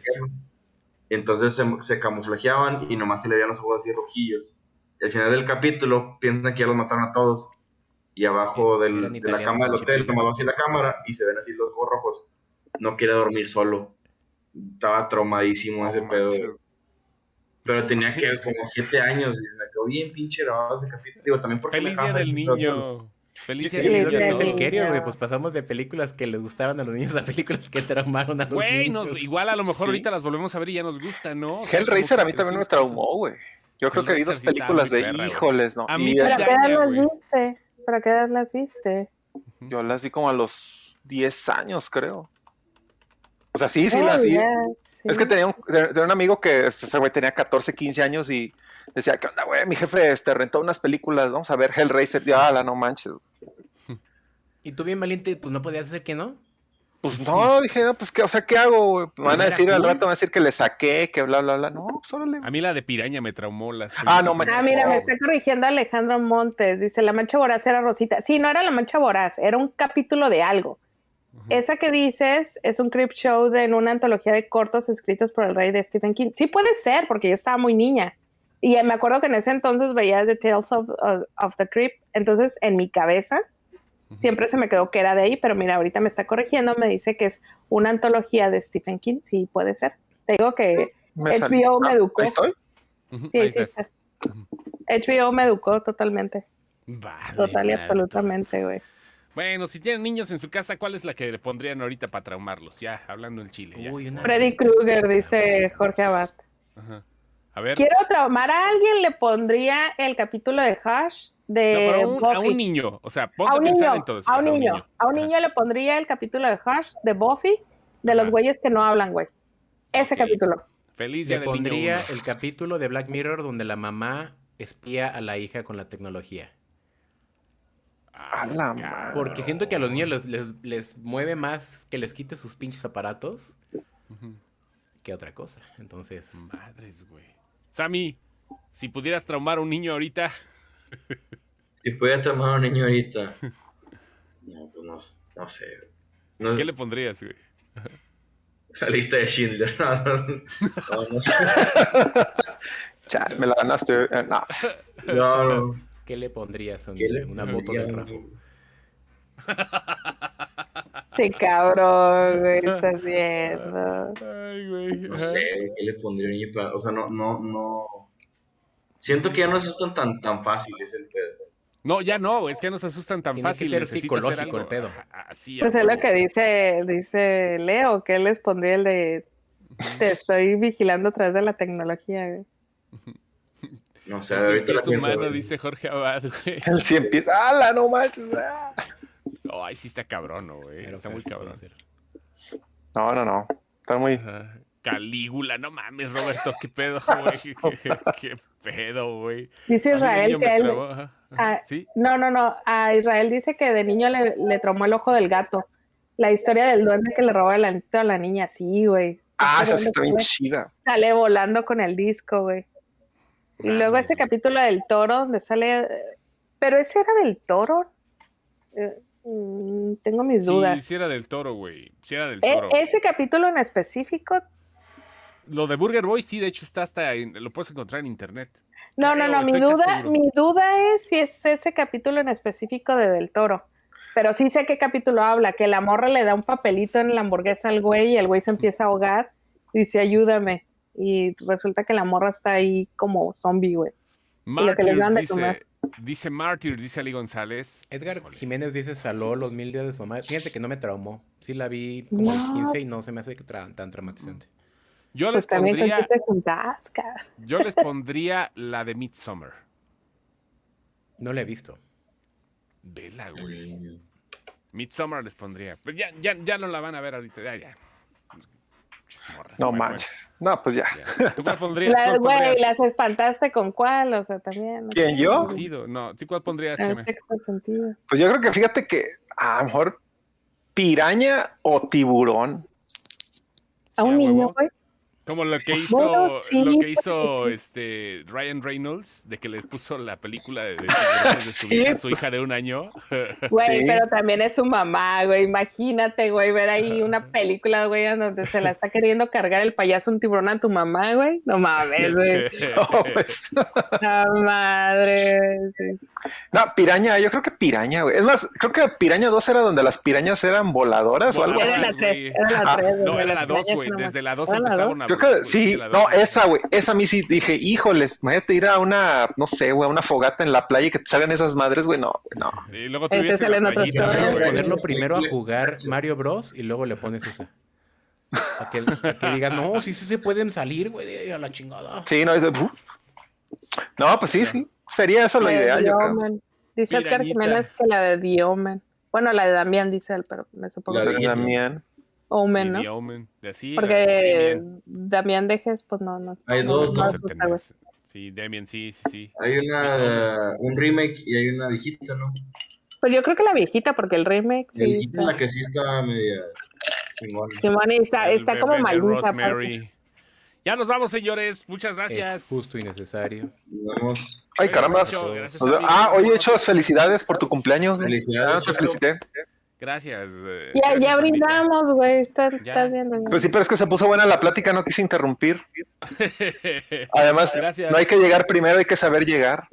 Entonces se, se camuflajeaban y nomás se le veían los ojos así rojillos. Al final del capítulo piensan que ya los mataron a todos. Y abajo del- Eran de la italianos, cama del hotel, chiquitos. nomás va así la cámara y se ven así los ojos rojos. No quiere dormir solo. Estaba traumadísimo ese No pedo. manches. Pero tenía que como siete años y se me quedó bien pinche grabado ese capítulo. Digo, también porque me Feliz Día dejaba del ver situación. Niño. Feliz Día Sí, del lo Niño. que ya es ¿no? el Kerio, güey. Ya. Pues pasamos de películas que les gustaban a los niños a películas que traumaron a los Güey, niños. no, igual a lo mejor Sí. ahorita las volvemos a ver y ya nos gusta, ¿no? O sea, Hellraiser como a mí que también me decimos, pues, traumó, güey. Yo creo que vi Hellraiser dos sí estaba películas muy de perra, güey. híjoles, ¿no? A mí Y me ¿Pero Ya, este, qué edad ya, las güey. viste? ¿Pero qué edad las viste? yo las vi como a los 10 años, creo. O sea, sí, sí, las Oh, vi. ya, sí. Es que tenía un, tenía un amigo que ese güey tenía 14, 15 años y decía, ¿qué onda, güey? Mi jefe este, rentó unas películas, vamos a ver Hellraiser. Ya, la no manches. Y tú bien valiente, pues no podías hacer que no. Pues no, dije, no, pues, ¿qué, o sea, ¿qué hago? güey? Me van Mira, a decir al cool. rato, me van a decir que le saqué, que bla, bla, bla. No, pues órale. A mí la de Piraña me traumó las Ah, no, películas. Ah, mira, me está corrigiendo Alejandro Montes. Dice, la mancha voraz era Rosita. Sí, no era la mancha voraz, era un capítulo de algo. Ujú. Esa que dices es un creep show de, en una antología de cortos escritos por el rey de Stephen King. Sí puede ser, porque yo estaba muy niña. Y eh, me acuerdo que en ese entonces veía The Tales of, of- of the Creep. Entonces, en mi cabeza, Ujú. siempre se me quedó que era de ahí, pero mira, ahorita me está corrigiendo, me dice que es una antología de Stephen King. Sí puede ser. Te digo que Me sal- HBO me Ah, educó. Ahí estoy. Ujú, sí, ahí sí, estás. sí. HBO me educó totalmente. Vale, Total y madre, absolutamente, güey. Bueno, si tienen niños en su casa, ¿cuál es la que le pondrían ahorita para traumarlos? Ya, hablando el chile. ya. Uy, una- Freddy Krueger, dice Jorge Abad. Ajá. A ver, Quiero traumar a alguien, le pondría el capítulo de Hash no, de pero a, un, a Buffy. un niño. O sea, A ponte a un pensar en niño, todo eso. a un Ajá, niño, a un Ajá. niño le pondría el capítulo de Hash de Buffy de los Ajá. güeyes que no hablan, güey. Ese Ok. capítulo. Feliz día Le del niño. pondría uno. el capítulo de Black Mirror donde la mamá espía a la hija con la tecnología. Ah, A la cabrón. madre. Porque siento que a los niños les, les, les mueve más que les quite sus pinches aparatos Ujú. que otra cosa. Entonces, Madres, güey. Sammy, si pudieras traumar a un niño ahorita, Si pudiera tomar a un niño ahorita. No, pues no, no sé. No, ¿qué le pondrías, güey? La lista de Schindler. No, no, no, sé. Chat, me la ganaste. eh, no. no, no. ¿qué le pondrías a un ¿Qué le niño? una foto de pondría? Rafa? Sí, cabrón, güey, estás viendo. Ay, güey. No ajá. sé, ¿qué le pondría a un niño para.? O sea, no, no, no. Siento que ya no es tan, tan, tan fácil, es el pedo. No, ya no, es que ya nos asustan tan Tiene que fácil. ser necesito psicológico hacer algo. el pedo. Ajá, Así, a Pues es lo huevo. que dice, dice Leo, que él les pondría el de te estoy vigilando a través de la tecnología, güey. No sé, El ahorita la pies pienso, humano, güey. dice Jorge Abad, güey. El cien pies. ¡Hala, no manches! Ah. No, ahí sí está cabrón, ¿no, güey. Está muy cabrón. No, no, no. Está muy. Ajá. Calígula, no mames, Roberto, qué pedo, güey. ¿Qué, qué- qué pedo, güey. Dice A mí de Israel niño que me él. trabó, ajá, ajá. Ah, Sí, No, no, no. A Israel dice que de niño le, le tromó el ojo del gato. La historia del duende que le robó el anito a la niña, sí, güey. Ah, Ese esa sí duende está bien sale- chida. Sale volando con el disco, güey. Y luego Mames, este güey. capítulo del toro, donde sale. eh, Pero ese era del toro. Eh, mm, tengo mis sí, dudas. sí era del toro, güey. Sí era del E- toro. ese capítulo en específico. Lo de Burger Boy, sí, de hecho, está hasta. en- lo puedes encontrar en internet. No, Creo, no, no. Mi estoy casi duda, seguro. mi duda es si es ese capítulo en específico de Del Toro. Pero sí sé qué capítulo habla, que la morra le da un papelito en la hamburguesa al güey y el güey se empieza a ahogar y dice ayúdame. Y resulta que la morra está ahí como zombie, güey. lo que les Martyrs dan de dice. comer. Dice Martyrs, dice Ali González. Edgar Híjole. Jiménez dice saló los mil días de su mamá. Fíjate que no me traumó. Sí la vi como a los No. 15 y no se me hace que tra- tan traumatizante. Yo les Pues también con pondría. qué te juntás, cara. Yo les pondría la de Midsummer. No la he visto. Vela, güey. Midsummer Eh, les pondría. Pero ya, ya, ya no la van a ver ahorita. Ya, ya. Pinches morras, No güey, manches. No, pues ya. bueno, ya. ¿Tú cuál pondrías? La- ¿Cuál Güey, pondrías? las espantaste con cuál, o sea, también. ¿no? Ah, ¿Quién, yo? Sentido. No, ¿tú cuál pondrías, En Cheme? sexto sentido. Pues yo creo que fíjate que a lo mejor piraña o tiburón. Sí, A un huevo. niño, güey. Como lo que hizo, Bueno, sí, lo que porque hizo sí. este Ryan Reynolds, de que les puso la película de, de tiburones de su, Sí. hija, su hija de un año. Güey, Sí. pero también es su mamá, güey. Imagínate, güey, ver ahí una película, güey, en donde se la está queriendo cargar el payaso un tiburón a tu mamá, güey. No mames, güey. No, pues, No madre. Sí, sí. no, piraña, yo creo que piraña, güey. Es más, creo que piraña 2 era donde las pirañas eran voladoras o algo Voladoras. Era así. la güey. tres, era la Ah, tres. No, güey, era la tres, 2, güey. no mames. Desde la 2 ¿Era Ah, la empezaron a hablar, Creo que güey, sí, de pues, la no, dos. esa, güey, esa a mí sí dije, híjoles, imagínate ir a una, no sé, güey, a una fogata en la playa y que te salgan esas madres, güey, no, güey, no. Y luego Entonces tuviste la salen otros playita, todos, Deberías güey. ponerlo güey. primero a Güey. jugar Mario Bros y luego le pones esa. Para que, pa' que digas, no, sí, sí se pueden salir, güey, a la chingada. Sí, no, es de, "Uf". No, pues sí, sí, sería eso lo La de ideal, yo creo. Diomen. Dice Edgar Pirañita. Jiménez que la de Diomen. Bueno, la de Damián dice él, pero me supongo La que de- Pero Damián. Sí, Omen, The ¿no? Omen, de así, Porque Damien. Damián Dejes, pues no, no. Hay no, dos, no No me sé gusta, güey. tenés. Sí, Damien, sí, sí, sí. Hay una, un remake y hay una viejita, ¿no? Pues yo creo que la viejita, porque el remake La sí. viejita está- es la que sí está media chingona. Simone está, El está como bebé de malita. aparte. Rosemary. Ya nos vamos, señores. Muchas gracias. Es justo y necesario. Vamos. Ay, caramba. Mucho, gracias, Nos ve- amigo. Ah, oye, Hechos, felicidades por tu cumpleaños. güey. Felicidades, Ah, te Checo. felicité. Gracias. eh, Ya, gracias, ya bandita. brindamos, güey. Está- Ya. Estás viendo. ¿no? Pues sí, pero es que se puso buena la plática, no quise interrumpir. Además, Gracias. no hay que llegar primero, hay que saber llegar.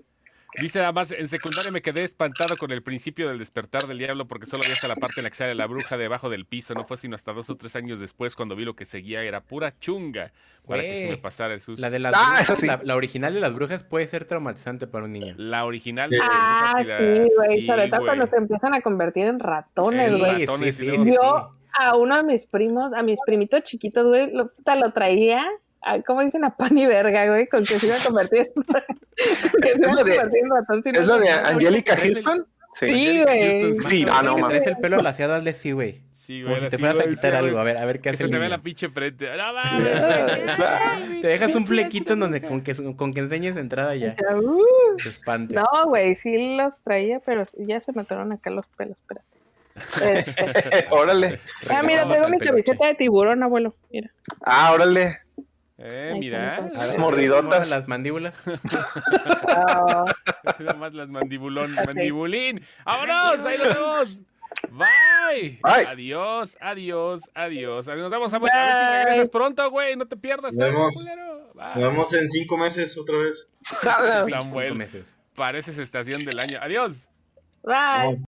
Dice además, en secundaria me quedé espantado con el principio del despertar del diablo porque solo vi hasta la parte en la que sale la bruja debajo del piso. No fue sino hasta dos o tres años después cuando vi lo que seguía era pura chunga para que se me Güey. pasara el susto. La La, de las Ah, brujas, esa sí. la, la original de las brujas puede ser traumatizante para un niño. original. Sí. de las Ah, brujas y sí, la- güey. sí, Sobre todo güey. cuando se empiezan a convertir en ratones, Sí, güey. ratones y luego- Yo a uno de mis primos, a mis primitos chiquitos, güey, lo, puta, lo traía, a, ¿cómo dicen? A pan y verga, güey, con que se iba a convertir en, que se iba a Es la de- convertir en ratón. si no ¿Es la de se- Angélica Houston? Sí, güey. Houston. Sí, ah, no, Te mames. traes el pelo alaciado, hazle sí, güey. Sí, Como güey. si así, te fueras a güey, quitar sí, güey, algo. A ver, a ver qué Que hace se el te ve niño. la pinche frente. ¡No mames, güey! Te dejas un flequito en donde con que, con que enseñes entrada ya. Uh, Se espante. no, güey, sí los traía, pero ya se me atoraron acá los pelos, espérate. Este, órale. ah, mira, Regresamos tengo al mi peluche. camiseta de tiburón, abuelo, mira. Ah, órale. Eh, mira. Ahí A ver, Las mordidotas. Las mandíbulas. Ah, Nada más las mandibulón, Ok. mandibulín. ¡Vámonos! ¡Ahí nos vemos! Bye. Bye. Adiós, adiós, adiós. Nos vemos a, a ver si Bye. regresas pronto, güey. No te pierdas. Nos tanto, vemos. culero. Bye. Nos vemos en cinco meses otra vez. Cinco Samuel. meses. Pareces estación del año. Adiós. bye. Vamos.